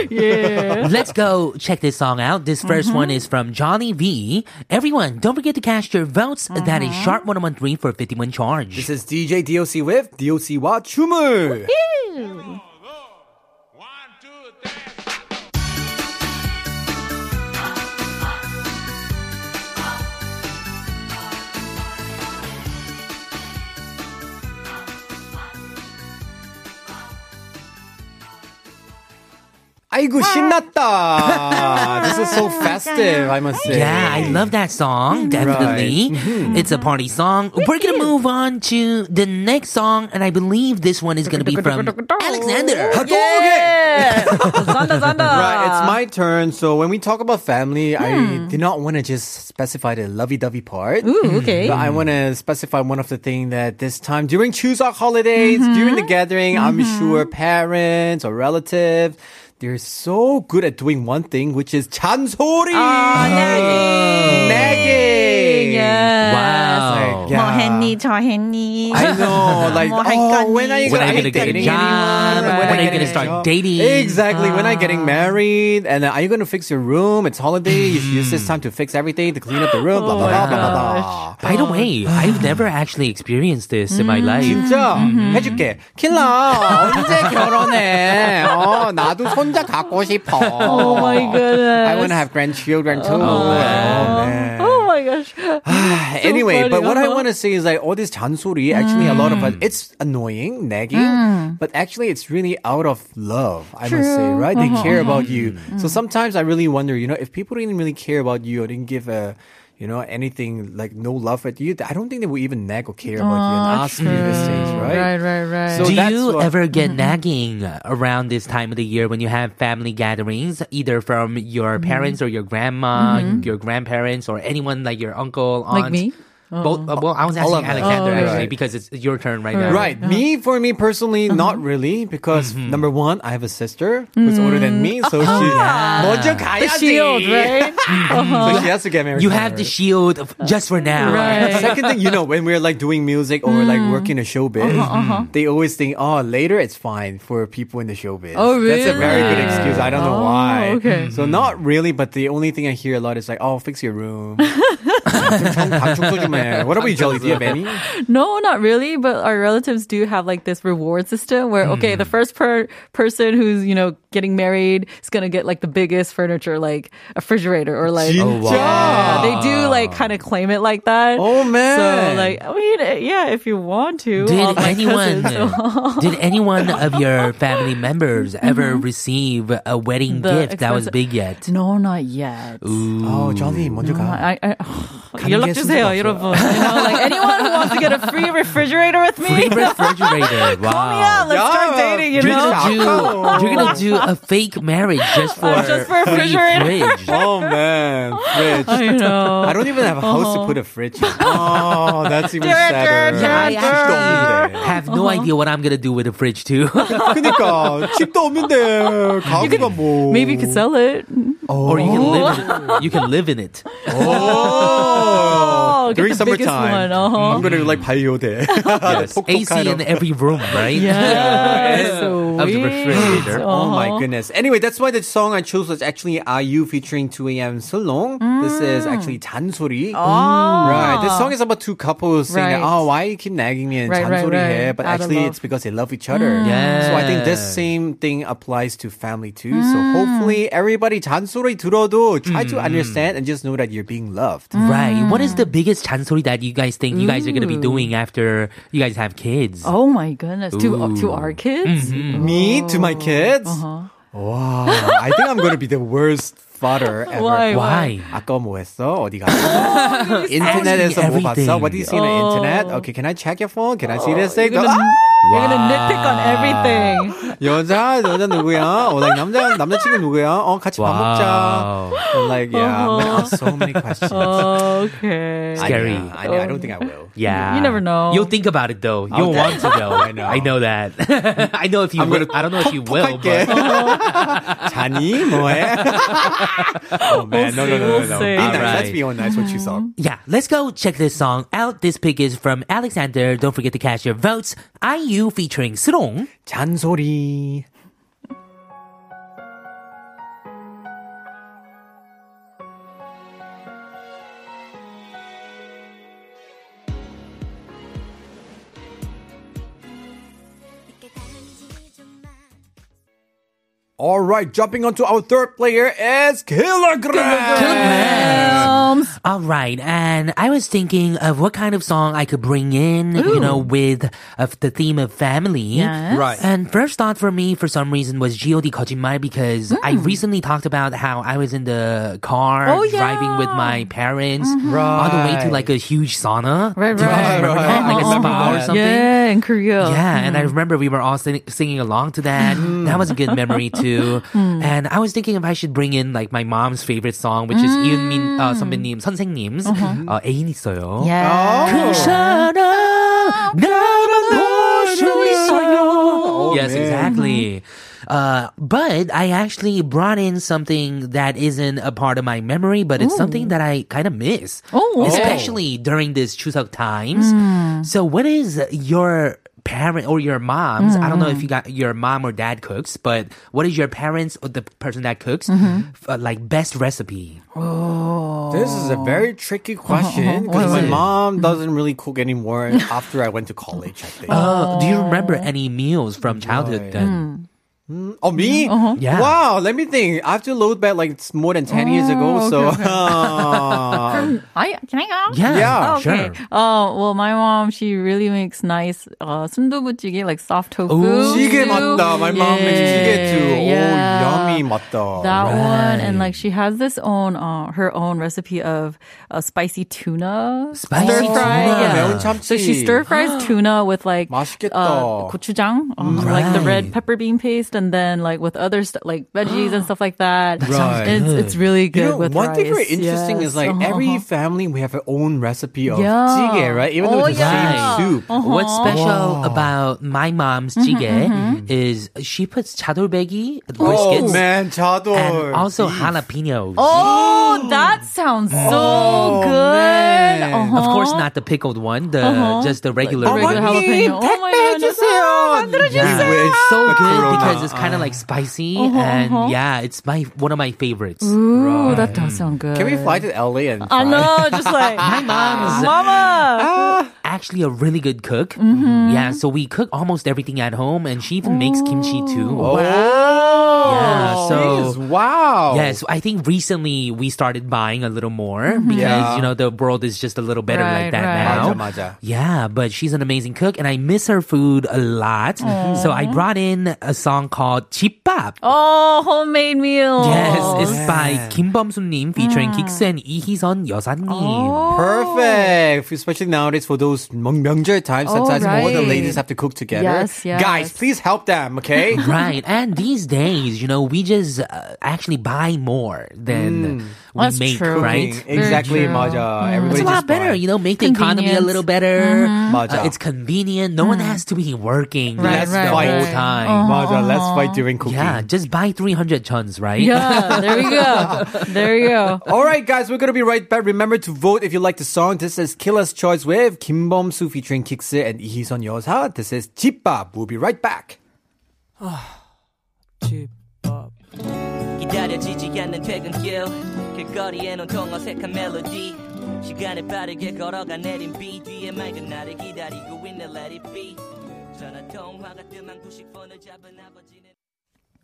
[SPEAKER 8] yeah.
[SPEAKER 6] Let's go check this song out. This 1st one
[SPEAKER 8] Mm-hmm.
[SPEAKER 6] is from Johnny V. Everyone, don't forget to cast your votes. That
[SPEAKER 8] Mm-hmm.
[SPEAKER 6] is sharp 1013 for 51 charge.
[SPEAKER 5] This is DJ DOC with DOC와 춤을. 아이고 신났다. this is so festive, I must say.
[SPEAKER 6] Yeah, I love that song. Definitely.
[SPEAKER 5] Mm-hmm.
[SPEAKER 6] It's a party song. We're going to move on to the next song, and I believe this one is going to be from Alexander.
[SPEAKER 8] Yeah. Zonda, zonda.
[SPEAKER 5] Right,
[SPEAKER 8] Ah.
[SPEAKER 5] it's my turn. So when we talk about family, I did not want to just specify the lovey-dovey part.
[SPEAKER 8] Hmm. Ooh, okay.
[SPEAKER 5] But I want to specify one of the things that this time during Chuseok holidays,
[SPEAKER 8] Mm-hmm.
[SPEAKER 5] during the gathering, I'm sure parents or relatives, they're so good at doing one thing, which is 잔소리.
[SPEAKER 8] Ah, nagging.
[SPEAKER 5] Nagging.
[SPEAKER 8] Yes.
[SPEAKER 6] Wow.
[SPEAKER 5] Yeah.
[SPEAKER 8] 뭐 했니, 저 했니.
[SPEAKER 5] I know, like,
[SPEAKER 8] 뭐 할
[SPEAKER 5] oh, when are
[SPEAKER 8] 거니?
[SPEAKER 5] you
[SPEAKER 6] When
[SPEAKER 5] gonna,
[SPEAKER 6] are you
[SPEAKER 5] be
[SPEAKER 6] gonna get a
[SPEAKER 5] dating
[SPEAKER 6] job?
[SPEAKER 5] anyone?
[SPEAKER 8] When are
[SPEAKER 5] I get
[SPEAKER 8] you gonna
[SPEAKER 5] a
[SPEAKER 6] start
[SPEAKER 5] job?
[SPEAKER 6] dating?
[SPEAKER 5] Exactly. When I
[SPEAKER 8] Ah.
[SPEAKER 5] getting married? And uh, are you gonna fix your room? It's holiday. you should use
[SPEAKER 6] Mm-hmm.
[SPEAKER 5] this time to fix everything, to clean up the room. Blah blah blah blah blah.
[SPEAKER 8] Oh
[SPEAKER 5] blah.
[SPEAKER 6] By the way, I've never actually experienced this in
[SPEAKER 5] Mm.
[SPEAKER 6] my life.
[SPEAKER 5] 진짜
[SPEAKER 6] Mm-hmm.
[SPEAKER 5] 해줄게. 킬라 언제 결혼해? 어, 나도 손자 갖고 싶어.
[SPEAKER 8] Oh my goodness.
[SPEAKER 5] I want to have grandchildren too. Oh, man. Ah,
[SPEAKER 8] Oh my gosh.
[SPEAKER 5] anyway,
[SPEAKER 8] funny,
[SPEAKER 5] but what I
[SPEAKER 8] uh-huh. Mm.
[SPEAKER 5] want to say is like all this 잔소리, actually a lot of it, it's annoying, nagging, but actually it's really out of love, I must say, right? They
[SPEAKER 8] Uh-huh,
[SPEAKER 5] care about you.
[SPEAKER 8] Mm.
[SPEAKER 5] So sometimes I really wonder, you know, if people didn't really care about you or didn't give a you know anything like no love at you. I don't think they would even nag or care about you and ask you these things, right?
[SPEAKER 8] Mm. Right, right, right.
[SPEAKER 5] So
[SPEAKER 6] Do
[SPEAKER 5] that's
[SPEAKER 6] you
[SPEAKER 5] what- Mm-hmm.
[SPEAKER 6] ever get nagging around this time of the year when you have family gatherings, either from your
[SPEAKER 5] Mm-hmm.
[SPEAKER 6] parents or your grandma, your grandparents, or anyone like your uncle, aunt?
[SPEAKER 8] Like me?
[SPEAKER 6] Both, uh, well, I was asking
[SPEAKER 5] of us.
[SPEAKER 6] Alexander
[SPEAKER 5] Oh,
[SPEAKER 6] actually
[SPEAKER 5] right.
[SPEAKER 6] because it's your turn right now.
[SPEAKER 5] Right. Me, for me personally,
[SPEAKER 8] Uh-huh.
[SPEAKER 5] not really because
[SPEAKER 6] Mm-hmm.
[SPEAKER 5] number one, I have a sister who's older than
[SPEAKER 8] Mm.
[SPEAKER 5] me, so
[SPEAKER 8] Uh-huh.
[SPEAKER 5] she 먼저
[SPEAKER 8] The
[SPEAKER 5] 가야지.
[SPEAKER 8] shield, right? Uh-huh.
[SPEAKER 5] So she has to get married.
[SPEAKER 6] You have the shield of, just for now.
[SPEAKER 8] Right. Mm.
[SPEAKER 5] Second thing, you know, when we're like doing music or like working a showbiz,
[SPEAKER 8] Uh-huh,
[SPEAKER 5] they always think, oh, later it's fine for people in the showbiz.
[SPEAKER 8] Oh,
[SPEAKER 5] That's a very good
[SPEAKER 8] really?
[SPEAKER 5] excuse. I don't know
[SPEAKER 8] Oh,
[SPEAKER 5] why.
[SPEAKER 8] okay.
[SPEAKER 5] So not really, but the only thing I hear a lot is like, oh, fix your room. what about you, Jolly? Do you have any?
[SPEAKER 8] No, not really. But our relatives do have like this reward system where okay,
[SPEAKER 5] Hmm.
[SPEAKER 8] the first per- person who's you know getting married is gonna get like the biggest furniture, like a refrigerator or like.
[SPEAKER 5] Oh,
[SPEAKER 8] Yeah, they do like kind of claim it like that.
[SPEAKER 5] Oh, man.
[SPEAKER 8] So like, I mean, eh, yeah, if you want to.
[SPEAKER 6] Did
[SPEAKER 8] all my
[SPEAKER 6] anyone
[SPEAKER 8] cousins- Mm-hmm.
[SPEAKER 6] did anyone of your family members ever receive a wedding
[SPEAKER 8] The
[SPEAKER 6] gift that was
[SPEAKER 8] expensive-
[SPEAKER 6] big yet?
[SPEAKER 8] No, not yet.
[SPEAKER 5] Oh, Jolly, 먼저 가.
[SPEAKER 8] Mm. I, I, 연락 주세요,
[SPEAKER 5] 순서가
[SPEAKER 8] 여러분. oh, You know, like anyone who wants to get a free refrigerator with me,
[SPEAKER 6] Free refrigerator. wow.
[SPEAKER 8] call me out. Let's start
[SPEAKER 5] Yeah,
[SPEAKER 8] dating. You
[SPEAKER 5] drink
[SPEAKER 8] know,
[SPEAKER 5] shop.
[SPEAKER 6] do,
[SPEAKER 5] Oh.
[SPEAKER 6] you're gonna do a fake marriage just for
[SPEAKER 8] Uh, just for a
[SPEAKER 6] free
[SPEAKER 8] refrigerator.
[SPEAKER 6] fridge.
[SPEAKER 5] Oh, man. Fridge.
[SPEAKER 8] I know.
[SPEAKER 5] I don't even have a house
[SPEAKER 8] Uh-huh.
[SPEAKER 5] to put a fridge in. Oh, that's even sadder.
[SPEAKER 6] I
[SPEAKER 5] 집도
[SPEAKER 6] actually have no
[SPEAKER 8] Uh-huh.
[SPEAKER 6] idea what I'm gonna do with a fridge too.
[SPEAKER 5] 없는데. 그니까 집도 없는데 가구가 뭐.
[SPEAKER 8] Maybe you could sell it.
[SPEAKER 6] or you can live in it. You can live in it.
[SPEAKER 5] Oh,
[SPEAKER 8] Oh, get
[SPEAKER 5] during
[SPEAKER 8] the biggest
[SPEAKER 5] summertime.
[SPEAKER 8] one, uh-huh.
[SPEAKER 5] I'm gonna like 발효돼.
[SPEAKER 8] Uh,
[SPEAKER 6] Yes. AC in every room, right?
[SPEAKER 8] Yes. so
[SPEAKER 6] Of the
[SPEAKER 8] weird.
[SPEAKER 6] refrigerator.
[SPEAKER 5] Oh my
[SPEAKER 8] Uh-huh.
[SPEAKER 5] goodness. Anyway, that's why the song I chose was actually IU featuring 2AM Solong. This
[SPEAKER 8] Mm.
[SPEAKER 5] is actually 잔소리. Mm. Right. This song is about two couples saying, that,
[SPEAKER 8] Oh. Right.
[SPEAKER 5] oh, why you keep nagging me and
[SPEAKER 8] Right, right,
[SPEAKER 5] 잔소리 해?
[SPEAKER 8] right.
[SPEAKER 5] But
[SPEAKER 8] Out of
[SPEAKER 5] actually,
[SPEAKER 8] love. Mm.
[SPEAKER 5] it's because they love each other. So
[SPEAKER 6] Yeah.
[SPEAKER 5] I think this same thing applies to family too. So
[SPEAKER 8] Mm.
[SPEAKER 5] hopefully everybody 잔소리 들어도 try to understand and just know that you're being loved.
[SPEAKER 6] Right. What is the biggest chansori that you guys think you guys are gonna be doing after you guys have kids?
[SPEAKER 8] Oh my goodness. To to our kids.
[SPEAKER 5] Me to my kids? Wow. I think I'm going to be the worst father ever.
[SPEAKER 8] Why? Oh,
[SPEAKER 6] Why?
[SPEAKER 5] 아까 뭐 했어? 어디 갔어? 인터넷에서 뭐
[SPEAKER 6] everything.
[SPEAKER 5] 봤어? What do you see on the internet? Okay, can I check your phone? Can I see this thing?
[SPEAKER 8] Oh. You're gonna,
[SPEAKER 5] 아!
[SPEAKER 8] you're gonna nitpick on everything.
[SPEAKER 5] Ah! 여자 여자 누구야? 어, like 남자 남자친구 누구야? 어, 같이 밥
[SPEAKER 6] Wow.
[SPEAKER 5] 먹자. I'm like yeah, man, I have so many questions.
[SPEAKER 8] 어, Okay.
[SPEAKER 6] Scary.
[SPEAKER 5] 아니야, 아니야, I don't
[SPEAKER 8] 어.
[SPEAKER 5] think I will.
[SPEAKER 6] Yeah.
[SPEAKER 8] You never know.
[SPEAKER 6] You'll think about it though. You'll want to though. I know. I know that. I know if you
[SPEAKER 5] I'm
[SPEAKER 6] will.
[SPEAKER 5] gonna
[SPEAKER 6] I don't know if you will,
[SPEAKER 5] 할게.
[SPEAKER 6] but
[SPEAKER 5] 자니 뭐해? oh man, no no no no.
[SPEAKER 8] We'll
[SPEAKER 5] no. Be
[SPEAKER 8] see, we'll
[SPEAKER 5] nice.
[SPEAKER 6] see.
[SPEAKER 5] Let's be honest. What you saw.
[SPEAKER 6] yeah, let's go check this song out. This pick is from Alexander. Don't forget to cast your votes. IU featuring Srong.
[SPEAKER 5] 잔소리. All right, jumping onto our third player is Kilogram.
[SPEAKER 6] Kilogram.
[SPEAKER 5] Moms.
[SPEAKER 6] All right, and I was thinking of what kind of song I could bring in, you know, with of the theme of family.
[SPEAKER 8] Yes.
[SPEAKER 5] Right.
[SPEAKER 6] And first thought for me, for some reason, was G.O.D. Kojimai because I recently talked about how I was in the car
[SPEAKER 8] Hmm. Oh, yeah. Mm-hmm.
[SPEAKER 6] driving with my parents on the way to
[SPEAKER 5] Right.
[SPEAKER 6] like a huge sauna.
[SPEAKER 8] Right,
[SPEAKER 6] Do you guys remember
[SPEAKER 8] right. Uh-huh.
[SPEAKER 5] Right,
[SPEAKER 6] that?
[SPEAKER 5] right.
[SPEAKER 6] Like a
[SPEAKER 5] I remember
[SPEAKER 6] spa or
[SPEAKER 5] that.
[SPEAKER 6] something.
[SPEAKER 8] Yeah, in Korea.
[SPEAKER 6] Yeah, and I remember we were all sing- singing along to that. that was a good memory too. And I was thinking if I should bring in like my mom's favorite song, which is 이은민 uh, 선배님 선생님's uh, 애인 있어요.
[SPEAKER 8] Yeah.
[SPEAKER 6] 그
[SPEAKER 5] Oh,
[SPEAKER 6] 사람 나만 볼수 있어요. yes, exactly. Uh, but I actually brought in something that isn't a part of my memory, but it's something that I kind of miss,
[SPEAKER 8] Oh, okay.
[SPEAKER 6] especially during this Chuseok times. So, what is your parent or your mom's? I don't know if you got your mom or dad cooks, but what is your parents or the person that cooks uh, like best recipe?
[SPEAKER 5] This is a very tricky question because my
[SPEAKER 6] Wait, wait.
[SPEAKER 5] mom doesn't really cook anymore after I went to college, I think.
[SPEAKER 6] Uh, do you remember any meals from childhood? Then?
[SPEAKER 5] oh, me?
[SPEAKER 6] Yeah.
[SPEAKER 5] Wow, let me think. I have to load back like it's more than 10 years
[SPEAKER 8] Oh,
[SPEAKER 5] ago, so.
[SPEAKER 8] Um, I, can I go?
[SPEAKER 6] Yeah,
[SPEAKER 5] Yeah.
[SPEAKER 8] Oh, okay.
[SPEAKER 6] sure.
[SPEAKER 8] Uh, well, my mom, she really makes nice uh, sundubujigae, like soft tofu.
[SPEAKER 5] 지게
[SPEAKER 8] soup.
[SPEAKER 5] 맞다. My mom makes 지게 too.
[SPEAKER 8] Yeah.
[SPEAKER 5] Oh, yummy 맞다.
[SPEAKER 8] That one, and like she has this own, uh, her own recipe of uh, spicy tuna.
[SPEAKER 6] Spicy
[SPEAKER 8] stir fry.
[SPEAKER 6] tuna.
[SPEAKER 5] 매운
[SPEAKER 8] Yeah.
[SPEAKER 5] 참치.
[SPEAKER 8] So she stir fries tuna with like
[SPEAKER 5] 맛있겠다.
[SPEAKER 8] uh, gochujang,
[SPEAKER 5] Mm.
[SPEAKER 8] um, like the
[SPEAKER 6] Right.
[SPEAKER 8] red pepper bean paste, and then like with other stuff like veggies and stuff like that.
[SPEAKER 5] sounds
[SPEAKER 8] And It's, it's really
[SPEAKER 5] You
[SPEAKER 8] good
[SPEAKER 5] know,
[SPEAKER 8] with
[SPEAKER 5] one thing very
[SPEAKER 8] rice.
[SPEAKER 5] interesting is
[SPEAKER 8] Yes.
[SPEAKER 5] like
[SPEAKER 8] Uh-huh.
[SPEAKER 5] every family we have our own recipe of
[SPEAKER 8] Yeah.
[SPEAKER 5] jjigae, right? Even though
[SPEAKER 8] Oh, Uh-huh.
[SPEAKER 5] it's the
[SPEAKER 6] yeah.
[SPEAKER 5] same soup.
[SPEAKER 6] What's special about my mom's jjigae is she puts chadolbegi
[SPEAKER 5] Oh
[SPEAKER 6] briskets
[SPEAKER 5] man, Oh, chador.
[SPEAKER 6] and also jalapenos.
[SPEAKER 8] Oh, that sounds so Oh, good.
[SPEAKER 5] Oh, man.
[SPEAKER 8] Uh-huh.
[SPEAKER 6] Of course, not the pickled one, the just the regular,
[SPEAKER 8] the regular
[SPEAKER 6] one.
[SPEAKER 8] jalapeno. Oh my goodness. 아, 만들어주세요.
[SPEAKER 5] oh. Yeah.
[SPEAKER 6] It's so
[SPEAKER 5] Like
[SPEAKER 6] good
[SPEAKER 5] Corona.
[SPEAKER 6] because it's kind of like spicy and yeah, it's my one of my favorites.
[SPEAKER 8] Ooh, that does sound good.
[SPEAKER 5] Can we fly to LA and try?
[SPEAKER 8] I know, just like my
[SPEAKER 6] mom's-
[SPEAKER 8] mama.
[SPEAKER 5] Ah.
[SPEAKER 6] Actually, a really good cook. Yeah, so we cook almost everything at home, and she even makes kimchi too.
[SPEAKER 5] Oh,
[SPEAKER 6] Yeah, so-
[SPEAKER 5] Jeez, Oh, wow.
[SPEAKER 6] Yes, I think recently we started buying a little more because
[SPEAKER 5] Yeah.
[SPEAKER 6] you know the world is just a little better like
[SPEAKER 8] Mm-hmm. Right,
[SPEAKER 6] that
[SPEAKER 8] right.
[SPEAKER 6] now.
[SPEAKER 5] 맞아, 맞아.
[SPEAKER 6] Yeah, but she's an amazing cook, and I miss her food a lot. So I brought in a song called "Chipap."
[SPEAKER 8] Oh, homemade meals.
[SPEAKER 6] Yes, it's by Kim Nim featuring
[SPEAKER 8] Mm.
[SPEAKER 6] Kix and 이희선 여사님.
[SPEAKER 8] Oh.
[SPEAKER 6] Oh.
[SPEAKER 5] Perfect. Especially nowadays for those myeong- 명절 times,
[SPEAKER 8] Oh,
[SPEAKER 5] sometimes all the
[SPEAKER 8] right.
[SPEAKER 5] ladies have to cook together.
[SPEAKER 8] Yes, yes.
[SPEAKER 5] Guys, please help them, okay?
[SPEAKER 6] Right, and these days, you know, we just uh, actually buy more
[SPEAKER 5] Mm.
[SPEAKER 6] than we
[SPEAKER 8] That's
[SPEAKER 6] make,
[SPEAKER 8] true.
[SPEAKER 6] right?
[SPEAKER 8] Very
[SPEAKER 5] exactly,
[SPEAKER 8] true. Mm.
[SPEAKER 5] 맞아.
[SPEAKER 6] It's
[SPEAKER 5] Everybody
[SPEAKER 6] a lot
[SPEAKER 5] just
[SPEAKER 6] better,
[SPEAKER 5] buy.
[SPEAKER 6] you know, make the economy a
[SPEAKER 8] Convenience. Mm-hmm.
[SPEAKER 6] little better.
[SPEAKER 5] Maja.
[SPEAKER 6] Uh, it's convenient. No one has to be working
[SPEAKER 8] Mm. Right,
[SPEAKER 5] Let's
[SPEAKER 6] the
[SPEAKER 8] right, Uh-huh.
[SPEAKER 5] fight.
[SPEAKER 6] whole
[SPEAKER 8] right. Oh.
[SPEAKER 6] time.
[SPEAKER 5] Maja, let's fight during cooking.
[SPEAKER 6] Yeah, just buy 300 chons, right?
[SPEAKER 8] Yeah, there we go. There you go.
[SPEAKER 5] All right, guys, we're gonna be right back. Remember to vote if you like the song. This is Killer's Choice with Kim Bomsu featuring Kixie and Ihisun Yosa. This is Jipbap. We'll be right back.
[SPEAKER 9] 기다려지지 않는 퇴근길 길거리엔 온통 어색한 멜로디 시간을 빠르게 걸어가 내린 비 뒤에 맑은 나를 기다리고 있는 Let it be 전화 통화가 뜸한 90번을 잡은 아버지는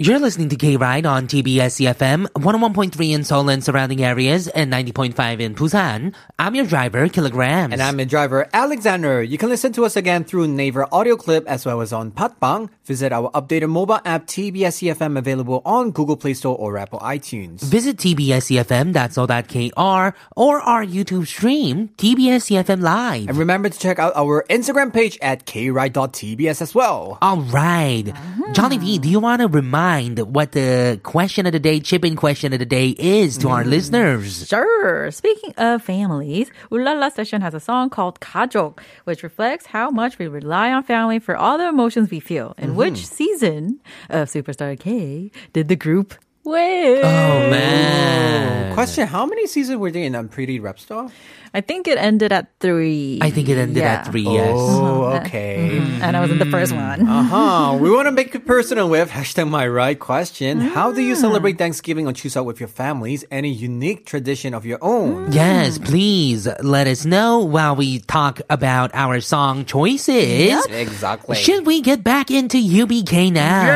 [SPEAKER 6] You're listening to K Ride on TBS EFM, 101.3 in Seoul and surrounding areas, and 90.5 in Busan. I'm your driver, Kilograms.
[SPEAKER 5] And I'm your driver, Alexander. You can listen to us again through Naver audio clip as well as on Patbang. Visit our updated mobile app TBS EFM available on Google Play Store or Apple iTunes.
[SPEAKER 6] Visit E tbscfm.so.kr or our YouTube stream, tbscfm E live.
[SPEAKER 5] And remember to check out our Instagram page at kride.tbs as well.
[SPEAKER 6] All right. Johnny V, do you want to remind what the question of the day, chip in question of the day is to our listeners?
[SPEAKER 8] Sure. Speaking of families, Ulala Session has a song called Kajok, which reflects how much we rely on family for all the emotions we feel. In which season of Superstar K did the group win?
[SPEAKER 6] Oh, man.
[SPEAKER 5] Question, how many seasons were they in on Pretty Rap Star?
[SPEAKER 8] I think it ended at three.
[SPEAKER 6] I think it ended at
[SPEAKER 8] Yeah.
[SPEAKER 6] three, yes.
[SPEAKER 5] Oh, okay.
[SPEAKER 8] And I was in the first one.
[SPEAKER 5] Uh-huh. we want to make it personal with hashtag my right question. How do you celebrate Thanksgiving or choose out with your families? Any unique tradition of your own?
[SPEAKER 6] Yes, please let us know while we talk about our song choices.
[SPEAKER 5] Exactly.
[SPEAKER 6] Should we get back into UBK now?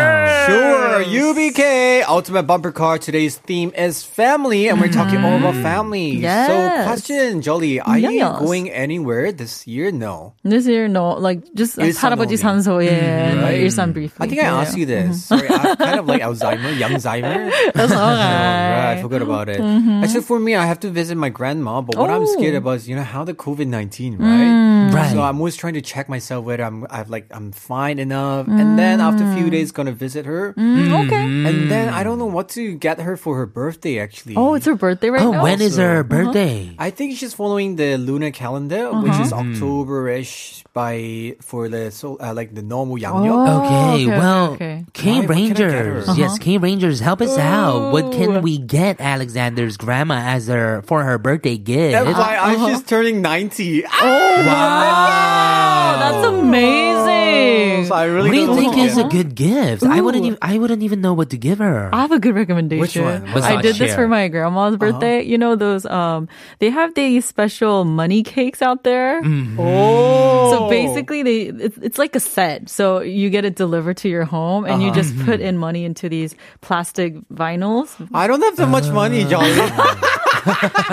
[SPEAKER 5] Sure, UBK Ultimate Bumper Car. Today's theme is family, and we're talking all about family. So,
[SPEAKER 8] Mm. Yes.
[SPEAKER 5] question, Jolly, are you
[SPEAKER 8] Yes.
[SPEAKER 5] going anywhere this year? No.
[SPEAKER 8] This year, no, like just like,
[SPEAKER 5] 일산
[SPEAKER 8] 할아버지
[SPEAKER 5] only.
[SPEAKER 8] 산소에 like, 일산 briefly.
[SPEAKER 5] I think I asked you this. Sorry, I, kind of like Alzheimer, young Alzheimer.
[SPEAKER 8] Mm-hmm. That's all
[SPEAKER 5] Right, I
[SPEAKER 8] right. Mm-hmm.
[SPEAKER 5] forgot about it. Actually, for me, I have to visit my grandma, but what I'm scared
[SPEAKER 8] Oh.
[SPEAKER 5] about is, you know, how the COVID 19, right?
[SPEAKER 6] Mm. Right.
[SPEAKER 8] Mm.
[SPEAKER 5] So uh, I'm always trying to check myself whether I'm I've like I'm fine enough.
[SPEAKER 8] Mm.
[SPEAKER 5] And then after a few days, gonna visit her.
[SPEAKER 8] Mm-hmm. Okay.
[SPEAKER 5] And then I don't know what to get her for her birthday, actually.
[SPEAKER 8] Mm. Oh, it's her birthday right
[SPEAKER 6] Oh,
[SPEAKER 8] now.
[SPEAKER 6] when is
[SPEAKER 5] Uh-huh.
[SPEAKER 6] her birthday?
[SPEAKER 5] I think she's following the lunar calendar, which is
[SPEAKER 8] Mm-hmm.
[SPEAKER 5] October-ish by for the so uh, like the normal
[SPEAKER 8] Oh.
[SPEAKER 5] Yangnyeom.
[SPEAKER 6] Okay,
[SPEAKER 8] okay, okay,
[SPEAKER 6] well,
[SPEAKER 8] okay.
[SPEAKER 5] Why, what
[SPEAKER 6] K
[SPEAKER 5] can I get
[SPEAKER 6] Rangers.
[SPEAKER 5] her? Uh-huh. Oh.
[SPEAKER 6] Yes, K Rangers, help us out. What can we get Alexander's grandma as her for her birthday gift?
[SPEAKER 5] FYI,
[SPEAKER 8] Uh-huh.
[SPEAKER 5] she's turning Ah! 90.
[SPEAKER 8] Oh,
[SPEAKER 6] wow.
[SPEAKER 8] That's amazing.
[SPEAKER 5] So I really
[SPEAKER 6] What do you
[SPEAKER 5] don't
[SPEAKER 6] think
[SPEAKER 5] know.
[SPEAKER 6] is a good gift? I wouldn't even I wouldn't even know what to give her.
[SPEAKER 8] I have a good recommendation.
[SPEAKER 5] Which one? Uh-huh. What's
[SPEAKER 8] I
[SPEAKER 6] that?
[SPEAKER 8] did this
[SPEAKER 6] Share.
[SPEAKER 8] for my grandma's birthday. You know those um they have these special money cakes out there.
[SPEAKER 5] Oh.
[SPEAKER 8] So basically they it's, it's like a set. So you get it delivered to your home and you
[SPEAKER 5] Uh-huh.
[SPEAKER 8] just put in money into these plastic vinyls.
[SPEAKER 5] I don't have that much money,
[SPEAKER 8] Uh.
[SPEAKER 5] Jolly.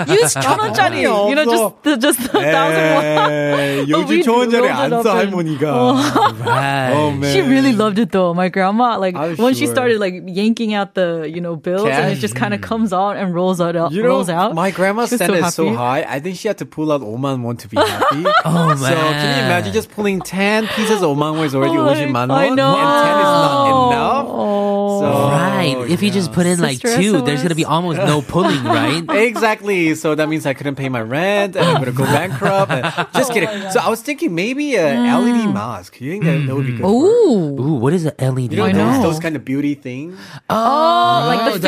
[SPEAKER 8] Use 천원짜리. You know
[SPEAKER 5] Oh,
[SPEAKER 8] just the, just the thousand won.
[SPEAKER 5] 에이,
[SPEAKER 8] we rolled it up and- Oh,
[SPEAKER 6] Right.
[SPEAKER 5] Oh, man.
[SPEAKER 8] She really loved it though. My grandma, like
[SPEAKER 5] I'm
[SPEAKER 8] when she
[SPEAKER 5] sure.
[SPEAKER 8] started like yanking out the you know bills, and it
[SPEAKER 5] Cash.
[SPEAKER 8] just kind of comes out and rolls out,
[SPEAKER 5] You know,
[SPEAKER 8] rolls out.
[SPEAKER 5] my grandma's
[SPEAKER 8] She was
[SPEAKER 5] standard is so
[SPEAKER 8] happy.
[SPEAKER 5] high. I think she had to pull out Oman won to be happy.
[SPEAKER 6] Oh,
[SPEAKER 5] So can you
[SPEAKER 6] man.
[SPEAKER 5] imagine just pulling ten pieces of Oman won is already
[SPEAKER 8] Like,
[SPEAKER 5] 50만
[SPEAKER 8] Oh, I
[SPEAKER 5] won, and ten is
[SPEAKER 8] know. Oh.
[SPEAKER 5] not enough. So
[SPEAKER 6] right.
[SPEAKER 5] Oh,
[SPEAKER 6] If you just put in like
[SPEAKER 8] Sister
[SPEAKER 6] two, there's
[SPEAKER 8] SOS.
[SPEAKER 6] gonna be almost no pulling, right?
[SPEAKER 5] Exactly. So that means I couldn't pay my rent and I'm gonna go bankrupt. Just kidding.
[SPEAKER 8] Oh
[SPEAKER 5] So I was thinking maybe a LED mask. You think that, that would be good? for her?
[SPEAKER 8] Mm. Ooh.
[SPEAKER 6] Ooh, what is E an LED?
[SPEAKER 5] You know,
[SPEAKER 8] I
[SPEAKER 5] those,
[SPEAKER 8] know.
[SPEAKER 5] those kind of beauty things.
[SPEAKER 8] Oh, like the,
[SPEAKER 6] the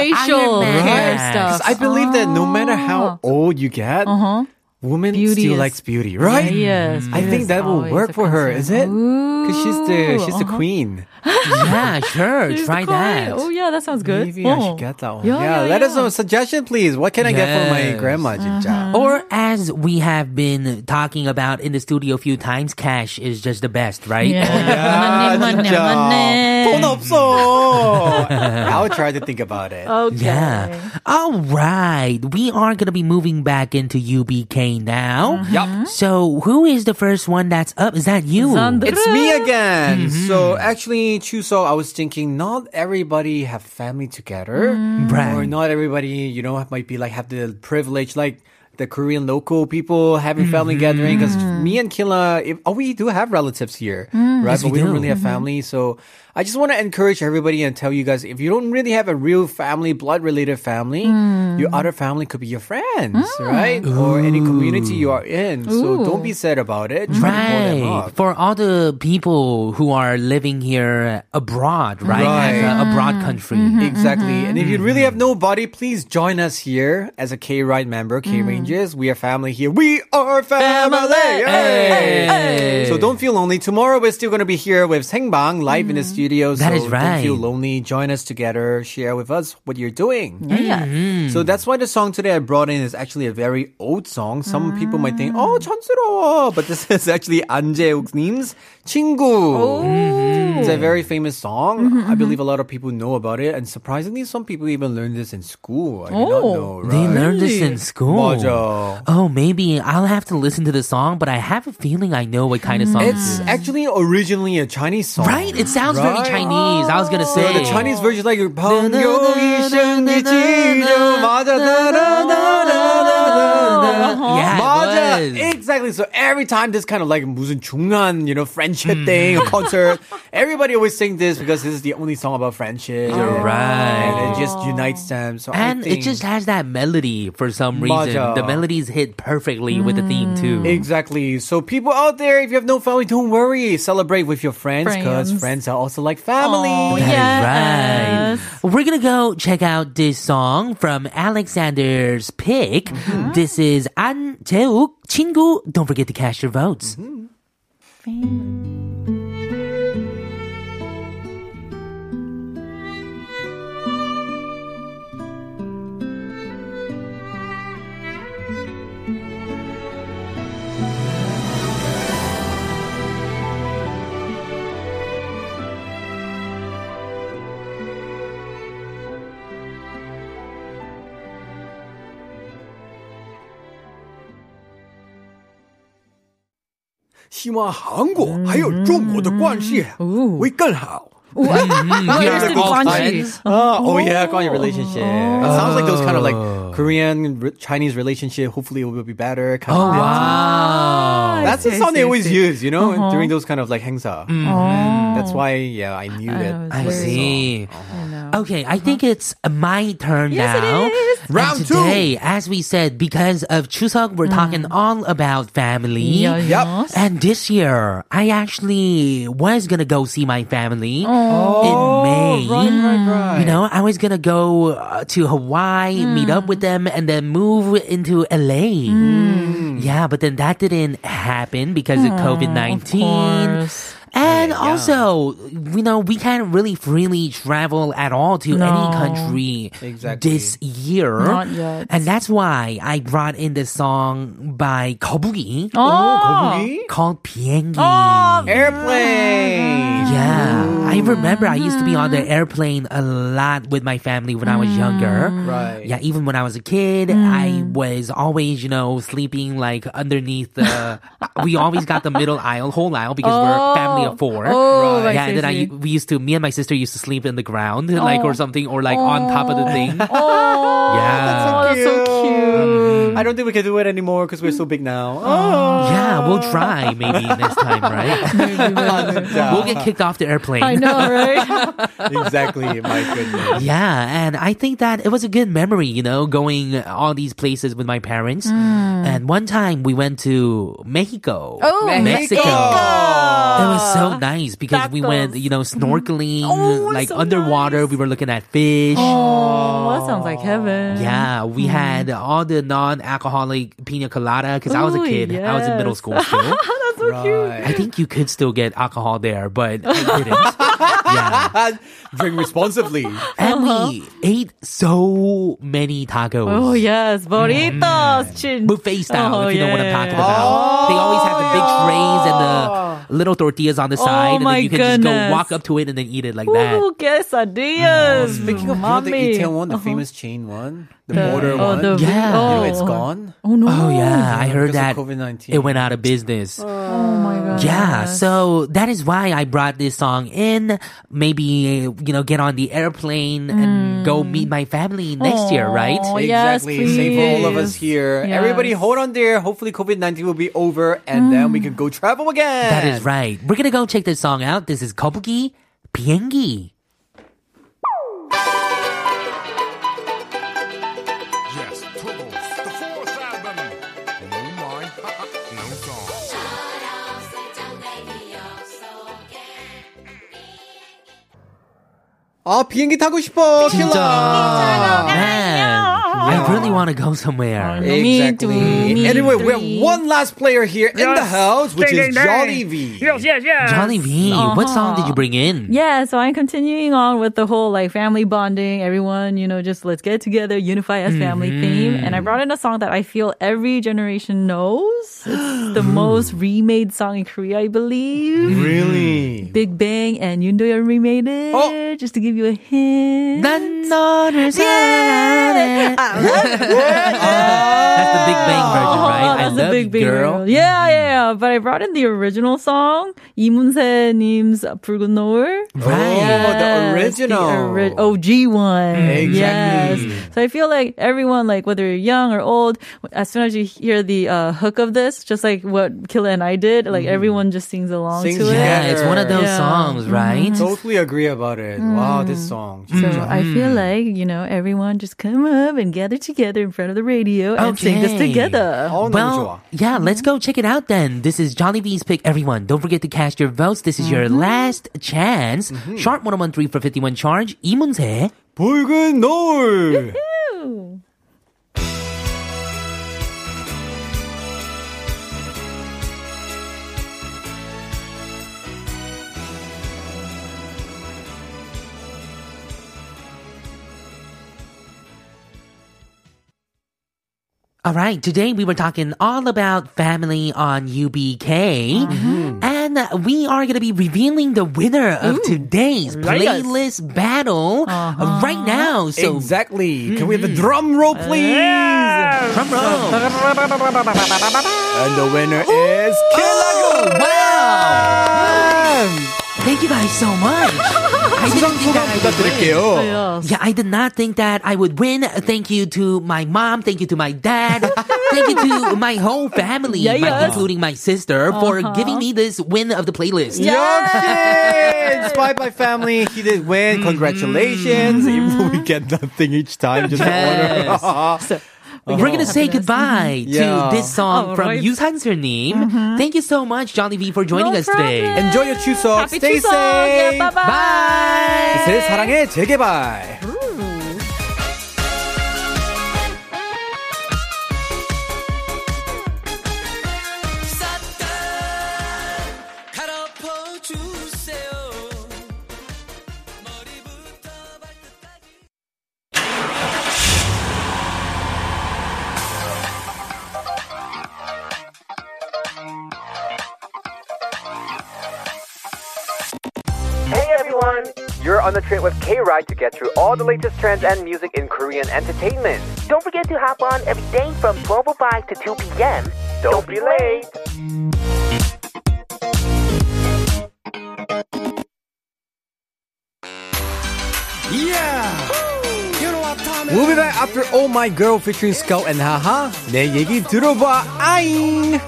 [SPEAKER 6] Iron
[SPEAKER 8] facial
[SPEAKER 6] Man.
[SPEAKER 8] care
[SPEAKER 6] Right.
[SPEAKER 8] stuff.
[SPEAKER 5] Because I believe that no matter how old you get, women
[SPEAKER 8] ah. Uh-huh. Beauty
[SPEAKER 5] still
[SPEAKER 8] is-
[SPEAKER 5] likes beauty, right?
[SPEAKER 8] Yes,
[SPEAKER 5] I think that will work for her, is it? Because she's the she's the queen.
[SPEAKER 6] yeah, sure. Try that.
[SPEAKER 8] Oh yeah, that sounds good.
[SPEAKER 5] Maybe I
[SPEAKER 8] oh.
[SPEAKER 5] should get that one.
[SPEAKER 8] Yeah, yeah,
[SPEAKER 5] let us
[SPEAKER 8] yeah.
[SPEAKER 5] know suggestion, please. What can I get for my
[SPEAKER 6] Yes.
[SPEAKER 5] grandma, Oh, 진짜?
[SPEAKER 8] Uh-huh.
[SPEAKER 6] Or as we have been talking about in the studio a few times, cash is just the best, right?
[SPEAKER 5] 아,
[SPEAKER 8] money,
[SPEAKER 5] 진짜. 돈
[SPEAKER 8] money.
[SPEAKER 5] 없어. I'll try to think about it.
[SPEAKER 8] Okay.
[SPEAKER 6] Yeah. All right. We are going to be moving back into UBK now.
[SPEAKER 5] Yup.
[SPEAKER 6] So, who is the first one that's up? Is that you?
[SPEAKER 8] Sandra.
[SPEAKER 5] It's me again. So actually, Chuseok, I was thinking not everybody have family together,
[SPEAKER 8] Mm-hmm.
[SPEAKER 6] Right.
[SPEAKER 5] or not everybody, you know, might be like have the privilege like the Korean local people having
[SPEAKER 6] Mm-hmm.
[SPEAKER 5] family gathering. Because me and Killa, if, oh, we do have relatives here, right? but we, don't
[SPEAKER 6] Mm. we do. Mm-hmm.
[SPEAKER 5] really have family. So I just want to encourage everybody and tell you guys if you don't really have a real family, blood related family,
[SPEAKER 6] Mm.
[SPEAKER 5] your other family could be your friends, right? Or any community you are in. So don't be sad about it. Try to pull them
[SPEAKER 6] Right.
[SPEAKER 5] up.
[SPEAKER 6] For all the people who are living here abroad, right?
[SPEAKER 5] Right.
[SPEAKER 6] As a abroad country.
[SPEAKER 5] Mm-hmm. Exactly. And if you
[SPEAKER 6] Mm-hmm.
[SPEAKER 5] really have nobody, please join us here as a K Ride member, K
[SPEAKER 6] Mm.
[SPEAKER 5] Rangers. We are family here. We are family. Hey. So don't feel lonely. Tomorrow we're still going to be here with Sengbang live in the studio.
[SPEAKER 6] Mm. That
[SPEAKER 5] so
[SPEAKER 6] is
[SPEAKER 5] Don't feel
[SPEAKER 6] right.
[SPEAKER 5] lonely. Join us together. Share with us what you're doing. So that's why the song today I brought in is actually a very old song. Some people might think, oh, 촌스러워. But this is actually An Jae-uk's 친구. It's a very famous song. I believe a lot of people know about it. And surprisingly, some people even learned this in school. I did not
[SPEAKER 8] Oh.
[SPEAKER 5] know, right?
[SPEAKER 6] They learned this in school.
[SPEAKER 5] 맞아.
[SPEAKER 6] Oh, maybe I'll have to listen to the song, but I have a feeling I know what kind of song
[SPEAKER 5] It's
[SPEAKER 6] this is.
[SPEAKER 5] actually originally a Chinese song.
[SPEAKER 6] Right? It sounds very
[SPEAKER 5] Right.
[SPEAKER 6] Chinese. I was gonna
[SPEAKER 5] So
[SPEAKER 6] say
[SPEAKER 5] the Chinese version is like
[SPEAKER 6] Yeah, it
[SPEAKER 5] 맞아.
[SPEAKER 6] was.
[SPEAKER 5] Exactly. So every time this kind of like 무슨 중한, you know, friendship thing, or concert, everybody always sing this because this is the only song about friendship.
[SPEAKER 6] You're right.
[SPEAKER 5] And it just unites them. So I
[SPEAKER 6] And it
[SPEAKER 5] think-
[SPEAKER 6] just has that melody for some reason.
[SPEAKER 5] 맞아.
[SPEAKER 6] The melodies hit perfectly with the theme too.
[SPEAKER 5] Exactly. So people out there, if you have no family, don't worry. Celebrate with your friends because friends
[SPEAKER 8] Friends.
[SPEAKER 5] are also like family.
[SPEAKER 8] Oh,
[SPEAKER 6] That is right.
[SPEAKER 8] Yes.
[SPEAKER 6] We're gonna go check out this song from Alexander's pick.
[SPEAKER 8] Mm-hmm.
[SPEAKER 6] This is An Jae-uk 친구. Don't forget to cast your votes.
[SPEAKER 8] Mm-hmm.
[SPEAKER 7] 「
[SPEAKER 5] 希望韩国还有中国的关系会更好。
[SPEAKER 8] Oh, interesting
[SPEAKER 6] all
[SPEAKER 8] Guanxi.
[SPEAKER 6] friends.
[SPEAKER 5] Oh, yeah, Guanyu relationship. It sounds like those kind of like Korean re- Chinese relationship. Hopefully, it will be better. Kind of thing.
[SPEAKER 6] wow.
[SPEAKER 5] That's the
[SPEAKER 8] see,
[SPEAKER 5] song
[SPEAKER 8] I
[SPEAKER 5] they
[SPEAKER 8] see, I
[SPEAKER 5] always
[SPEAKER 8] see.
[SPEAKER 5] use, you know, during those kind of like hengsa. That's why, yeah, I knew that.
[SPEAKER 8] Oh. I
[SPEAKER 6] I
[SPEAKER 8] Very
[SPEAKER 6] see.
[SPEAKER 8] know. Uh-huh.
[SPEAKER 6] Okay, I think it's my turn
[SPEAKER 8] Yes, it
[SPEAKER 6] now.
[SPEAKER 8] is.
[SPEAKER 6] And
[SPEAKER 5] Round two.
[SPEAKER 6] today, as we said, because of Chuseok, we're talking all about family.
[SPEAKER 8] Yeah, Yup. Mm. yes.
[SPEAKER 6] And this year, I actually was gonna go see my family
[SPEAKER 8] Oh,
[SPEAKER 6] in May.
[SPEAKER 8] Mm.
[SPEAKER 5] right, right.
[SPEAKER 6] You know, I was gonna go uh, to Hawaii,
[SPEAKER 8] Hmm.
[SPEAKER 6] meet up with them, and then move into LA.
[SPEAKER 8] Hmm.
[SPEAKER 6] Yeah, but then that didn't happen because of COVID 19.
[SPEAKER 8] course.
[SPEAKER 6] And also, you know, we can't really freely travel at all to
[SPEAKER 8] No.
[SPEAKER 6] any country
[SPEAKER 5] Exactly.
[SPEAKER 6] this year.
[SPEAKER 8] Not yet.
[SPEAKER 6] And that's why I brought in this song by Kobugi
[SPEAKER 8] Oh,
[SPEAKER 5] 거북이?
[SPEAKER 6] called Piengi.
[SPEAKER 5] Airplane.
[SPEAKER 6] Yeah, I remember I used to be on the
[SPEAKER 8] mm-hmm.
[SPEAKER 6] airplane a lot with my family when I was younger.
[SPEAKER 8] Mm.
[SPEAKER 5] Right.
[SPEAKER 6] Yeah, even when I was a kid, I was always, you know, sleeping like underneath the. we always got the middle aisle, whole aisle, because we're a family of four.
[SPEAKER 8] Oh, Right.
[SPEAKER 6] Yeah,
[SPEAKER 8] I see,
[SPEAKER 6] and then
[SPEAKER 8] I
[SPEAKER 6] I
[SPEAKER 8] see.
[SPEAKER 6] we used to me and my sister used to sleep in the ground, like or something, or like on top of the thing.
[SPEAKER 8] oh,
[SPEAKER 6] yeah.
[SPEAKER 8] that's so cute.
[SPEAKER 5] I don't think we can do it anymore because we're so big now. Oh.
[SPEAKER 6] Yeah, we'll try maybe next time, right? we'll get kicked off the airplane.
[SPEAKER 8] I know, right?
[SPEAKER 5] Oh. exactly. My goodness.
[SPEAKER 6] Yeah, and I think that it was a good memory, you know, going all these places with my parents. And one time we went to Mexico.
[SPEAKER 8] Mm. Oh,
[SPEAKER 6] Mexico. It was so nice because we went,
[SPEAKER 8] Tacos.
[SPEAKER 6] you know, snorkeling,
[SPEAKER 8] Oh,
[SPEAKER 6] like
[SPEAKER 8] so
[SPEAKER 6] underwater. We were looking at fish.
[SPEAKER 8] oh, Mm-hmm. that sounds like heaven.
[SPEAKER 6] Yeah, we had all the non-alcoholic pina colada because I was a
[SPEAKER 8] Ooh,
[SPEAKER 6] kid. I was in middle
[SPEAKER 8] yes.
[SPEAKER 6] school still. I
[SPEAKER 5] Right.
[SPEAKER 6] think you could still get alcohol there, but I
[SPEAKER 8] Uh-huh.
[SPEAKER 6] didn't. yeah.
[SPEAKER 5] Drink responsibly.
[SPEAKER 6] And we ate so many tacos.
[SPEAKER 8] Oh yes, burritos, chin.
[SPEAKER 6] Buffet style,
[SPEAKER 8] Oh,
[SPEAKER 6] if you know what I'm
[SPEAKER 8] yeah,
[SPEAKER 6] talking
[SPEAKER 8] yeah, yeah.
[SPEAKER 6] about. they always have the big trays and the little tortillas on the side, and
[SPEAKER 8] Oh my
[SPEAKER 6] then you can just
[SPEAKER 8] goodness.
[SPEAKER 6] go walk up to it and then eat it like that.
[SPEAKER 8] Ooh, Oh, quesadillas.
[SPEAKER 5] Speaking of you know, the
[SPEAKER 8] mommy. Uh-huh.
[SPEAKER 5] Itaewon, the famous chain one, the,
[SPEAKER 8] The-
[SPEAKER 5] border
[SPEAKER 8] oh,
[SPEAKER 5] one,
[SPEAKER 8] the-
[SPEAKER 5] you know,
[SPEAKER 8] oh.
[SPEAKER 5] it's gone.
[SPEAKER 8] Oh no!
[SPEAKER 6] Oh yeah, I heard
[SPEAKER 5] because
[SPEAKER 6] that
[SPEAKER 5] of COVID-19.
[SPEAKER 6] it went out of business.
[SPEAKER 8] Oh my god!
[SPEAKER 6] Yeah, so that is why I brought this song in. Maybe you know, get on the airplane and go meet my family next year, right?
[SPEAKER 8] Mm. Aw, yes,
[SPEAKER 5] Exactly. Save all of us
[SPEAKER 8] please.
[SPEAKER 5] here.
[SPEAKER 8] Yes.
[SPEAKER 5] Everybody, hold on there. Hopefully, COVID 19 will be over and then we can go travel again.
[SPEAKER 6] That is right. We're gonna go check this song out. This is Kobuki Piengi.
[SPEAKER 10] Yes, Troubles, the fourth album. No mind, no song.
[SPEAKER 5] 아, 비행기 타고 싶어. 킬라.
[SPEAKER 6] Man, I really want to go somewhere.
[SPEAKER 8] Oh,
[SPEAKER 5] Exactly.
[SPEAKER 8] me
[SPEAKER 5] anyway, we
[SPEAKER 8] three.
[SPEAKER 5] have one last player here in the house, which is Jolly V.
[SPEAKER 6] Johnny V, what song did you bring in?
[SPEAKER 8] Uh-huh. Yeah, so I'm continuing on with the whole like family bonding, everyone, you know, just let's get together, unify as family
[SPEAKER 6] Mm-hmm.
[SPEAKER 8] theme. And I brought in a song that I feel every generation knows. It's the most remade song in Korea, I believe.
[SPEAKER 6] Mm-hmm.
[SPEAKER 5] Really?
[SPEAKER 8] Big Bang and Yundoya remade it.
[SPEAKER 5] Oh.
[SPEAKER 8] Just to give you a hint.
[SPEAKER 6] 난 너를 사랑해. That's the Big Bang version, right?
[SPEAKER 8] Oh,
[SPEAKER 6] I
[SPEAKER 8] that's a
[SPEAKER 6] love
[SPEAKER 8] big,
[SPEAKER 6] you,
[SPEAKER 8] big
[SPEAKER 6] girl.
[SPEAKER 8] Yeah, yeah, yeah. But I brought in the original song, 이문세님's 붉은 노을.
[SPEAKER 6] Right.
[SPEAKER 5] Oh, the original.
[SPEAKER 8] ori- oh, OG one.
[SPEAKER 5] Mm, Exactly.
[SPEAKER 8] Yes. So I feel like everyone, like whether you're young or old, as soon as you hear the uh, hook of this, just like what Killa and I did, like everyone just sings along
[SPEAKER 5] Mm. Sings
[SPEAKER 8] to
[SPEAKER 5] together.
[SPEAKER 8] it.
[SPEAKER 6] Yeah, it's one of those
[SPEAKER 8] Yeah.
[SPEAKER 6] songs, right?
[SPEAKER 5] Totally agree about it. Wow,
[SPEAKER 8] Mm.
[SPEAKER 5] this song.
[SPEAKER 8] So I feel
[SPEAKER 5] Mm.
[SPEAKER 8] like, you know, everyone just come up and gather together in front of the radio and sing this
[SPEAKER 6] Okay.
[SPEAKER 8] together.
[SPEAKER 5] Oh,
[SPEAKER 6] Well, yeah, let's go check it out then. This is Johnny V's pick, everyone. Don't forget to cast your votes. This is your last chance.
[SPEAKER 5] Mm-hmm.
[SPEAKER 6] Sharp 1013 for 51 charge. 이문세.
[SPEAKER 5] 붉은 노을.
[SPEAKER 6] All right, today we were talking all about family on UBK.
[SPEAKER 5] Mm-hmm.
[SPEAKER 6] And uh, we are going to be revealing the winner of today's playlist battle uh, right now. So,
[SPEAKER 8] Mm-hmm.
[SPEAKER 5] exactly. Can we have a drum roll, please?
[SPEAKER 6] drum roll.
[SPEAKER 5] And the winner is Kilago! Wow!
[SPEAKER 6] Thank you guys so much. I didn't think that I would win.
[SPEAKER 5] 부탁드릴게요.
[SPEAKER 6] Yeah, I did not think that I would win. Thank you to my mom. Thank you to my dad. thank you to my whole family,
[SPEAKER 8] Yeah,
[SPEAKER 6] my-
[SPEAKER 8] yes. Uh-huh.
[SPEAKER 6] including my sister, for giving me this win of the playlist.
[SPEAKER 5] 역시! Inspired by family, he did win.
[SPEAKER 8] Mm-hmm.
[SPEAKER 5] Congratulations. Even though we get nothing each time, just
[SPEAKER 6] Yes.
[SPEAKER 5] the honor.
[SPEAKER 6] We're
[SPEAKER 8] Uh-huh.
[SPEAKER 6] gonna say goodbye
[SPEAKER 5] Yeah.
[SPEAKER 6] to this song
[SPEAKER 8] All
[SPEAKER 6] from
[SPEAKER 8] right.
[SPEAKER 6] Yusan Surname. Thank you so much, Johnny V, for joining
[SPEAKER 8] Mm-hmm. No
[SPEAKER 6] us today.
[SPEAKER 8] problem.
[SPEAKER 5] Enjoy your Chuseok.
[SPEAKER 8] Happy
[SPEAKER 5] Stay
[SPEAKER 8] Chuseok.
[SPEAKER 5] safe.
[SPEAKER 8] Yeah, bye-bye.
[SPEAKER 5] 제 사랑의
[SPEAKER 6] Bye.
[SPEAKER 5] 재개발. Hey everyone! You're on the trip with K Ride to get through all the latest trends and music in Korean entertainment.
[SPEAKER 9] Don't forget to hop on every day from 12 o'clock to 2 p.m.
[SPEAKER 5] Don't be late! We'll be back after Oh My Girl featuring Skull and Haha. 내 얘기 들어봐, 아잉!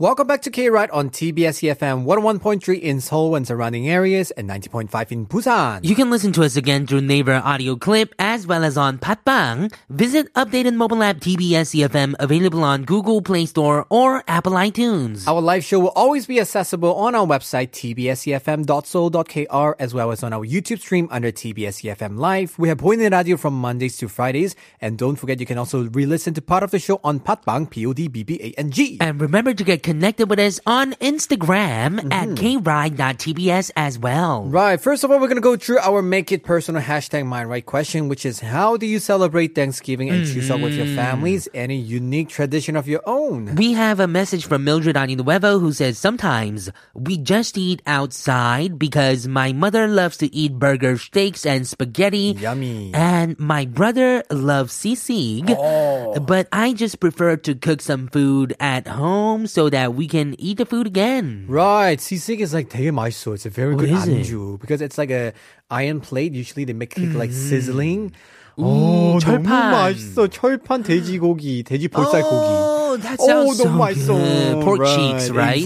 [SPEAKER 5] Welcome back to K Ride on TBS EFM 101.3 in Seoul and surrounding areas and 90.5 in Busan.
[SPEAKER 6] You can listen to us again through Naver audio clip as well as on Patbang. Visit updated mobile app TBS EFM E available on Google Play Store or Apple iTunes.
[SPEAKER 5] Our live show will always be accessible on our website tbsefm.soul.kr as well as on our YouTube stream under tbsefm E live. We have Pointed Radio from Mondays to Fridays and don't forget you can also re-listen to part of the show on Patbang P O D B B A N G.
[SPEAKER 6] And remember to get connected with us on Instagram at kride.tbs as well.
[SPEAKER 5] Right, first of all, we're going to go through our make it personal hashtag mind right question, which is how do you celebrate Thanksgiving and Chuseok with your families? Any unique tradition of your own?
[SPEAKER 6] We have a message from Mildred Aninuevo who says, Sometimes we just eat outside because my mother loves to eat burger steaks and spaghetti.
[SPEAKER 5] Yummy.
[SPEAKER 6] And my brother loves sisig.
[SPEAKER 5] Oh.
[SPEAKER 6] But I just prefer to cook some food at home so that we can eat the food again.
[SPEAKER 5] Right, sisig is like 되게 맛있어. It's a very good
[SPEAKER 6] Oh, is it?
[SPEAKER 5] anju because it's like a iron plate. Usually they make it like sizzling. Oh,
[SPEAKER 6] Mm-hmm. 철판.
[SPEAKER 5] 철판 돼지고기, 돼지
[SPEAKER 6] Oh, that sounds so good. Pork cheeks, right?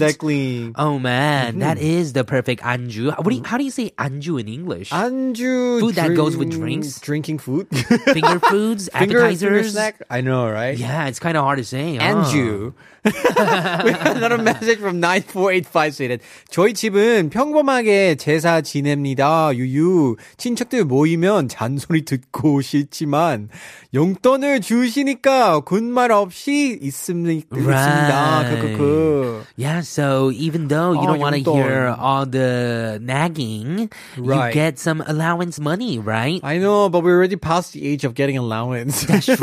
[SPEAKER 6] Oh man, that
[SPEAKER 5] Mm-hmm.
[SPEAKER 6] is the perfect anju. What do you, how do you say anju in English?
[SPEAKER 5] 안주
[SPEAKER 6] Food that goes with drinks?
[SPEAKER 5] drinking food,
[SPEAKER 6] Finger foods,
[SPEAKER 5] Finger-
[SPEAKER 6] appetizers.
[SPEAKER 5] finger snack. I know, right?
[SPEAKER 6] Yeah, it's kind of hard to say. huh?
[SPEAKER 5] 안주. we have another message from 9485 stated, 저희 집은 평범하게 제사 지냅니다. 유유. 친척들 모이면 잔소리 듣고 싫지만, 용돈을 주시니까 군말 없이 있습니, 있습니다.
[SPEAKER 6] Right.
[SPEAKER 5] 크크크.
[SPEAKER 6] Yeah, so even though you
[SPEAKER 5] Oh,
[SPEAKER 6] don't want to
[SPEAKER 5] 용돈.
[SPEAKER 6] hear all the nagging,
[SPEAKER 5] Right.
[SPEAKER 6] you get some allowance money, right?
[SPEAKER 5] I know, but we're already past the age of getting allowance.
[SPEAKER 6] That's true.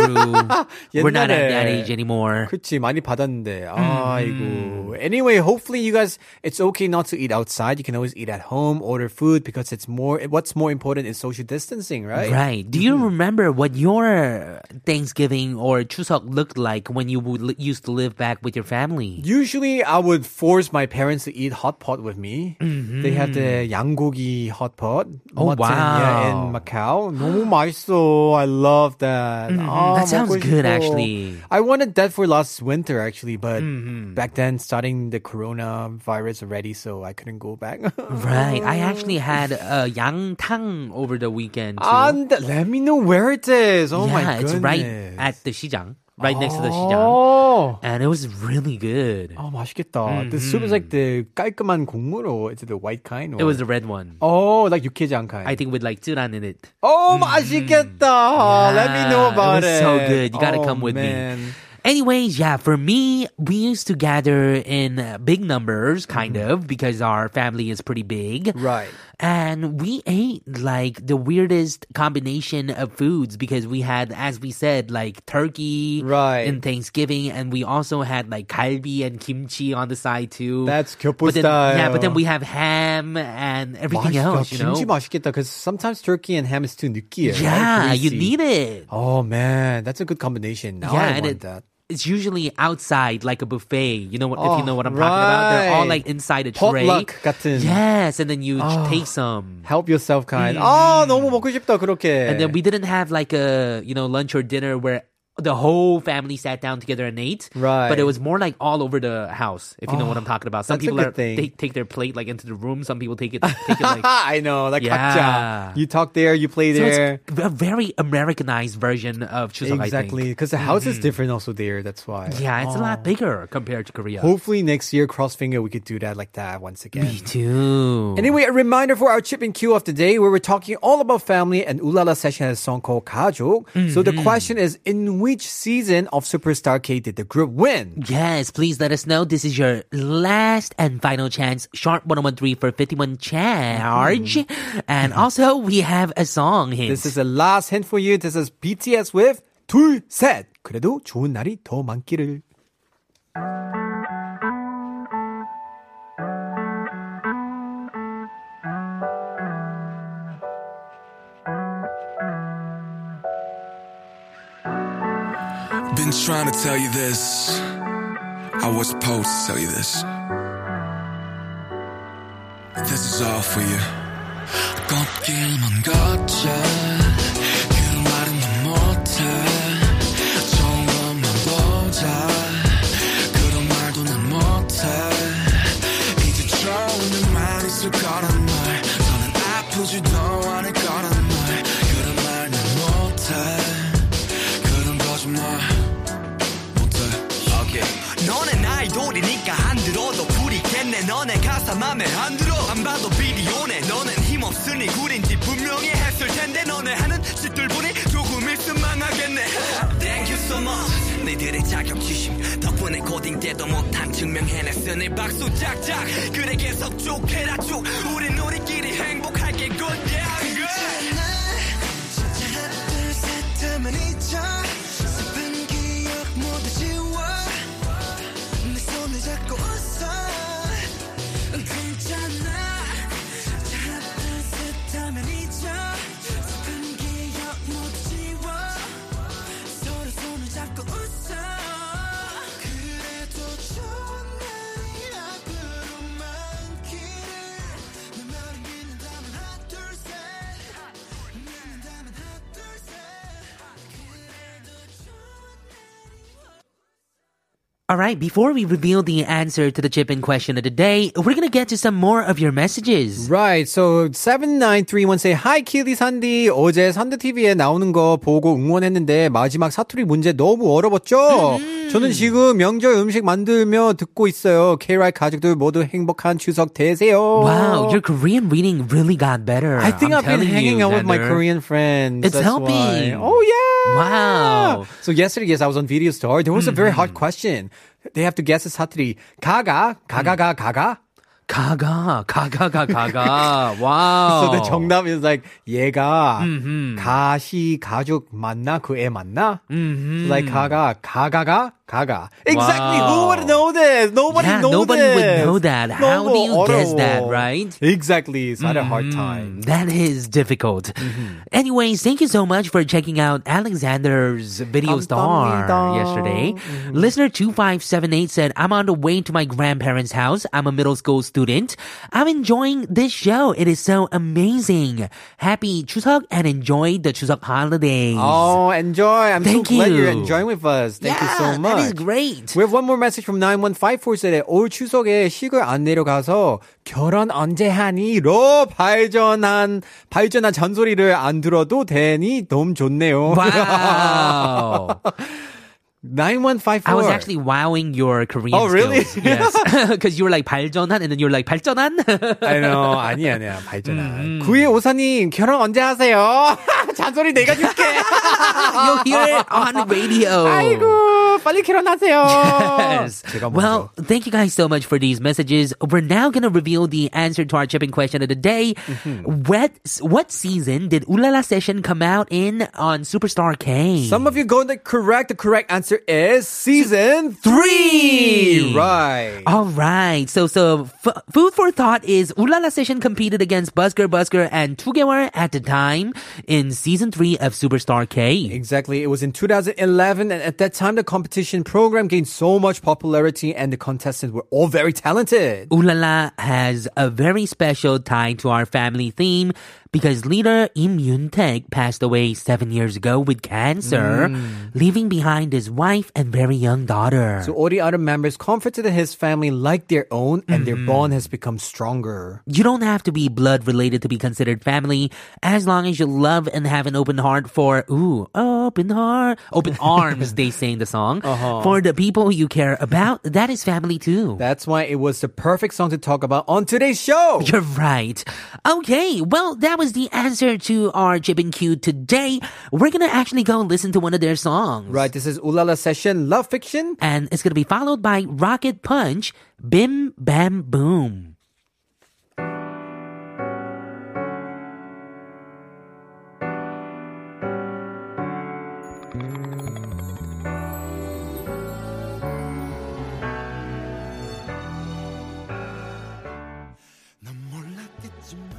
[SPEAKER 6] We're not at that
[SPEAKER 5] 옛날에.
[SPEAKER 6] age anymore.
[SPEAKER 5] 그치, 많이 받았는데. 아이고. Anyway, hopefully you guys, it's okay not to eat outside. You can always eat at home, order food, because it's more, what's more important is social distancing, right?
[SPEAKER 6] Right. Do
[SPEAKER 5] Mm-hmm.
[SPEAKER 6] you remember what your Thanksgiving or Chuseok looked like when you would li- used to live back with your family?
[SPEAKER 5] Usually I would force my parents to eat hot pot with me. They had the 양고기 hot pot.
[SPEAKER 6] Mm-hmm. Oh,
[SPEAKER 5] mutton, Yeah, in
[SPEAKER 6] wow.
[SPEAKER 5] Macau. 너무 맛있어. I love that. Ah,
[SPEAKER 6] Mm-hmm. That sounds
[SPEAKER 5] 먹고
[SPEAKER 6] good,
[SPEAKER 5] 싶어.
[SPEAKER 6] actually. Mm-hmm.
[SPEAKER 5] I wanted that for last winter, actually, but back then, starting the coronavirus already, so I couldn't go back.
[SPEAKER 6] Right. I actually had a yang tang over the weekend too.
[SPEAKER 5] And 아, let me know where it is. Ah, Oh
[SPEAKER 6] yeah,
[SPEAKER 5] my goodness.
[SPEAKER 6] it's right at the 시장, right next to the 시장.
[SPEAKER 5] Oh.
[SPEAKER 6] And it was really good.
[SPEAKER 5] Oh, 맛있겠다.
[SPEAKER 6] 음,
[SPEAKER 5] The soup is like the 깔끔한 국물 or is it the white kind? Or?
[SPEAKER 6] It was the red one.
[SPEAKER 5] Oh, like 육개장 kind.
[SPEAKER 6] I think with like turan in it.
[SPEAKER 5] oh, 맛있겠다. Let me know
[SPEAKER 6] Yeah,
[SPEAKER 5] about
[SPEAKER 6] it.
[SPEAKER 5] it.
[SPEAKER 6] was so good. You gotta
[SPEAKER 5] Oh,
[SPEAKER 6] come with
[SPEAKER 5] man.
[SPEAKER 6] me. Anyways, yeah, for me, we used to gather in uh, big numbers, kind of, because our family is pretty big.
[SPEAKER 5] Mm-hmm. Right.
[SPEAKER 6] And we ate like the weirdest combination of foods because we had, as we said, like turkey
[SPEAKER 5] Right.
[SPEAKER 6] in Thanksgiving, and we also had like kalbi and kimchi on the side too.
[SPEAKER 5] That's gyeopbul
[SPEAKER 6] But then- Yeah,
[SPEAKER 5] style.
[SPEAKER 6] but then we have ham and everything
[SPEAKER 5] 맛있다.
[SPEAKER 6] else, you know?
[SPEAKER 5] 김치 맛있겠다. Because sometimes turkey and ham is too 느끼해.
[SPEAKER 6] yeah,
[SPEAKER 5] right?
[SPEAKER 6] you
[SPEAKER 5] Greasy.
[SPEAKER 6] need it.
[SPEAKER 5] Oh man, that's a good combination. Now I want that.
[SPEAKER 6] It's usually outside, like a buffet. You know what? if
[SPEAKER 5] Oh,
[SPEAKER 6] you know what I'm talking about, they're all
[SPEAKER 5] right.
[SPEAKER 6] like inside a tray.
[SPEAKER 5] Potluck 같은. Oh.
[SPEAKER 6] Yes, and then you take some.
[SPEAKER 5] Help yourself kind. 아 너무 먹고 싶다 그렇게.
[SPEAKER 6] Mm. And then we didn't have like a you know lunch or dinner where the whole family sat down together and ate.
[SPEAKER 5] Right. Oh,
[SPEAKER 6] But it was more like all over the house, if you know what I'm talking about. Some
[SPEAKER 5] that's a
[SPEAKER 6] people
[SPEAKER 5] good
[SPEAKER 6] are
[SPEAKER 5] thing.
[SPEAKER 6] take take their plate like into the room. Some people take it. Take it like,
[SPEAKER 5] I know, like 각자.
[SPEAKER 6] Yeah.
[SPEAKER 5] You talk there, you play
[SPEAKER 6] so
[SPEAKER 5] there.
[SPEAKER 6] it's a very Americanized version of Chuseok, I think.
[SPEAKER 5] exactly,
[SPEAKER 6] Mm-hmm.
[SPEAKER 5] Oh. because the house is different also there. That's why.
[SPEAKER 6] Yeah, it's a lot bigger compared to Korea.
[SPEAKER 5] Hopefully next year, cross finger, we could do that like that once again.
[SPEAKER 6] Me too.
[SPEAKER 5] Anyway, a reminder for our chip and cue of the day where we're talking all about family and Ulala session has a song called Kajuk. So
[SPEAKER 6] Mm-hmm.
[SPEAKER 5] the question is, in which season of Superstar K did the group win?
[SPEAKER 6] Yes, please let us know. This is your last and final chance. Sharp 1013 for 51 charge. And also, we have a song hint.
[SPEAKER 5] Mm-hmm. This is the last hint for you. This is BTS with 둘, 셋. 그래도 좋은 날이 더 많기를.
[SPEAKER 10] Been trying to tell you this. I was supposed to tell you this. This is all for you. 걷길만 걷자. 그 말은 난 못해. 좋은 것만 보자. 그런 말도 난 못해. 이제 좋은 말 있을 거란 말. 더는 아프지도 않을 거란 말. 그런 말 난 못해. 그런 거짓말.
[SPEAKER 9] 너는 아이돌이니까 안 들어도 부리겠네 너네 가사 맘에 안 들어 안 봐도 비디오네 너는 힘없으니 구린지 분명히 했을 텐데 너네 하는 짓들 보니 조금 있으면 망하겠네 Thank you so much 니들의 자격지심 덕분에 고딩 때도 못한 증명해냈으니 박수 짝짝 그래 계속 쭉 해라 쭉 우린 우리끼리 행복할게 good yeah good
[SPEAKER 6] All right, before we reveal the answer to the chip in question of the day, we're going to get to some more of your messages.
[SPEAKER 5] Right, so 7931 say, Hi, 키디 산디. 어제 산디 TV에 나오는 거 보고 응원했는데 마지막 사투리 문제 너무 어려웠죠?
[SPEAKER 6] 음.
[SPEAKER 5] 저는 지금 명절 음식 만들며 듣고 있어요. K-Ride 가족들 모두 행복한 추석 되세요.
[SPEAKER 6] Wow, your Korean reading really got better.
[SPEAKER 5] I think
[SPEAKER 6] i
[SPEAKER 5] I've been hanging out with my Korean friends.
[SPEAKER 6] It's
[SPEAKER 5] That's
[SPEAKER 6] helping.
[SPEAKER 5] why. Oh yeah.
[SPEAKER 6] Wow. Mm-hmm.
[SPEAKER 5] So yesterday, yes, I was on Video Star. There was a very hard question. They have to guess it's Hatri. Gaga, gaga, ga,
[SPEAKER 6] Mm.
[SPEAKER 5] gaga.
[SPEAKER 6] Gaga, gaga, gaga, gaga. Wow.
[SPEAKER 5] So the 정답 is like 얘가 가시 가족 맞나 그 애 맞나? Like 가가 가가가 가가. Exactly. Who
[SPEAKER 6] Wow.
[SPEAKER 5] would know this? Nobody
[SPEAKER 6] Yeah,
[SPEAKER 5] knows
[SPEAKER 6] nobody would
[SPEAKER 5] this.
[SPEAKER 6] know that. How
[SPEAKER 5] 너무
[SPEAKER 6] do you guess that,
[SPEAKER 5] 어려워.
[SPEAKER 6] right?
[SPEAKER 5] Exactly. It's not a hard time. Mm-hmm.
[SPEAKER 6] Mm, That is difficult. Anyways, thank you so much for checking out Alexander's video star
[SPEAKER 5] 감사합니다.
[SPEAKER 6] yesterday.
[SPEAKER 5] Mm-hmm.
[SPEAKER 6] Listener 2578 said, I'm on the way to my grandparents' house. I'm a middle school student. I'm enjoying this show. It is so amazing. Happy Chuseok and enjoy the Chuseok holidays.
[SPEAKER 5] Oh, enjoy. I'm
[SPEAKER 6] Thank
[SPEAKER 5] so glad you're
[SPEAKER 6] you.
[SPEAKER 5] enjoying with us. Thank you so
[SPEAKER 6] Yeah,
[SPEAKER 5] much.
[SPEAKER 6] that is great.
[SPEAKER 5] We have one more message from 9154 said, 올 추석에 시골 안 내려가서 결혼 언제 하니로 발전한, 발전한 잔소리를 안 들어도 되니 너무 좋네요.
[SPEAKER 6] Wow.
[SPEAKER 5] 9154.
[SPEAKER 6] I was actually wowing your Korean
[SPEAKER 5] Oh, really?
[SPEAKER 6] skills. Yes. Because you were like 발전한 and then you were like 발전한.
[SPEAKER 5] I know. 아니야, 아니야.
[SPEAKER 6] 음,
[SPEAKER 5] 발전한. 구이 오사님, 결혼 언제 하세요? 잔소리 내가 줄게.
[SPEAKER 6] You'll hear it on radio.
[SPEAKER 5] 아이고, 빨리 결혼하세요.
[SPEAKER 6] Yes. Well, thank you guys so much for these messages. We're now going to reveal the answer to our chipping question of the day.
[SPEAKER 5] Mm-hmm.
[SPEAKER 6] What what season did Ulala Session come out in on Superstar K?
[SPEAKER 5] Some of you got it correct. The correct answer is season three. Right.
[SPEAKER 6] All right. So so f- food for thought is Ulala Session competed against Busker Busker and Tugewar at the time in season 3 of Superstar K.
[SPEAKER 5] Exactly. It was in 2011, and at that time, the competition program gained so much popularity, and the contestants were all very talented.
[SPEAKER 6] Ulala has a very special tie to our family theme because leader Im Yoon Taek passed away seven years ago with cancer, leaving behind his wife and very young daughter.
[SPEAKER 5] So all the other members comforted his family like their own, and their bond has become stronger.
[SPEAKER 6] you don't have to be blood related to be considered family as long as you love and have an open heart for ooh open heart open arms they say in the song for the people you care about that is family too
[SPEAKER 5] That's why it was the perfect song to talk about on today's show.
[SPEAKER 6] You're right. Okay, well, that was the answer to our Chip and Q today. We're gonna actually go listen to one of their songs.
[SPEAKER 5] Right. This is Ulala Session Love Fiction.
[SPEAKER 6] And it's gonna be followed by Rocket Punch, Bim Bam Boom.
[SPEAKER 10] 난 몰랐겠지만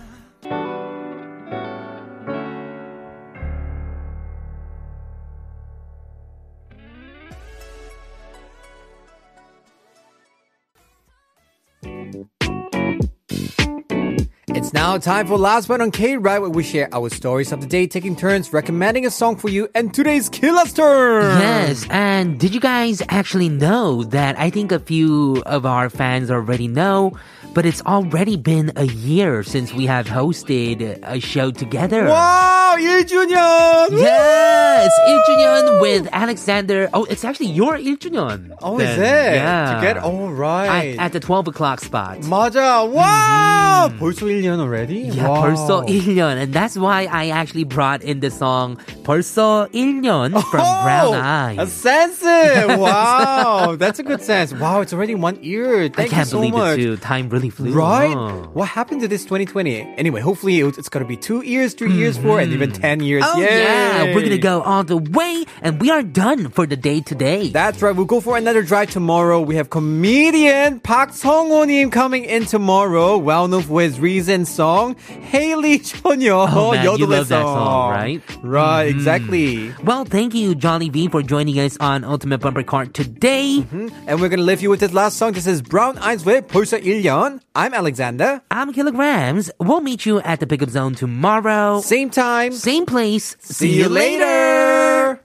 [SPEAKER 5] It's now time for Last One on K Ride, where we share our stories of the day, taking turns recommending a song for you. And today's killer's turn.
[SPEAKER 6] Yes, and did you guys actually know that I think a few of our fans already know, but it's already been a year since we have hosted a show together.
[SPEAKER 5] Wow, 1주년.
[SPEAKER 6] Yes, 1주년 with Alexander. Oh, it's actually your 1주년.
[SPEAKER 5] Oh, is
[SPEAKER 6] then.
[SPEAKER 5] it?
[SPEAKER 6] Yeah.
[SPEAKER 5] To get all right.
[SPEAKER 6] at, at the 12 o'clock spot.
[SPEAKER 5] 맞아. Wow. 벌써 1년 already?
[SPEAKER 6] yeah,
[SPEAKER 5] wow.
[SPEAKER 6] 벌써 1년. And that's why I actually brought in the song 벌써 1년 from Brown Eyes.
[SPEAKER 5] Oh, A sense. Wow. That's a good sense. Wow, it's already one year.
[SPEAKER 6] I
[SPEAKER 5] Thank you
[SPEAKER 6] can't
[SPEAKER 5] so
[SPEAKER 6] believe
[SPEAKER 5] much.
[SPEAKER 6] it too. Uh-huh. Time really flew.
[SPEAKER 5] Right?
[SPEAKER 6] huh?
[SPEAKER 5] What happened to this 2020? Anyway, hopefully it- it's gonna be two years, 3 years, four, and even ten years.
[SPEAKER 6] Oh
[SPEAKER 5] Yay!
[SPEAKER 6] yeah, we're gonna go all the way, and we are done for the day today.
[SPEAKER 5] That's right. We'll go for another drive tomorrow. We have comedian Park Sung-woo님 coming in tomorrow, well known for his recent song "Haley 전혀."
[SPEAKER 6] Oh, man, you love that
[SPEAKER 5] song.
[SPEAKER 6] song, right? Mm-hmm.
[SPEAKER 5] Right, exactly.
[SPEAKER 6] well, thank you, Johnny V, for joining us on Ultimate Bumper Card today.
[SPEAKER 5] Mm-hmm. And we're gonna leave you with this last song. This is Brown Eyes with 벌써 1년. I'm Alexander.
[SPEAKER 6] I'm Kilograms. We'll meet you at the pickup zone tomorrow.
[SPEAKER 5] Same time.
[SPEAKER 6] Same place.
[SPEAKER 5] See you later.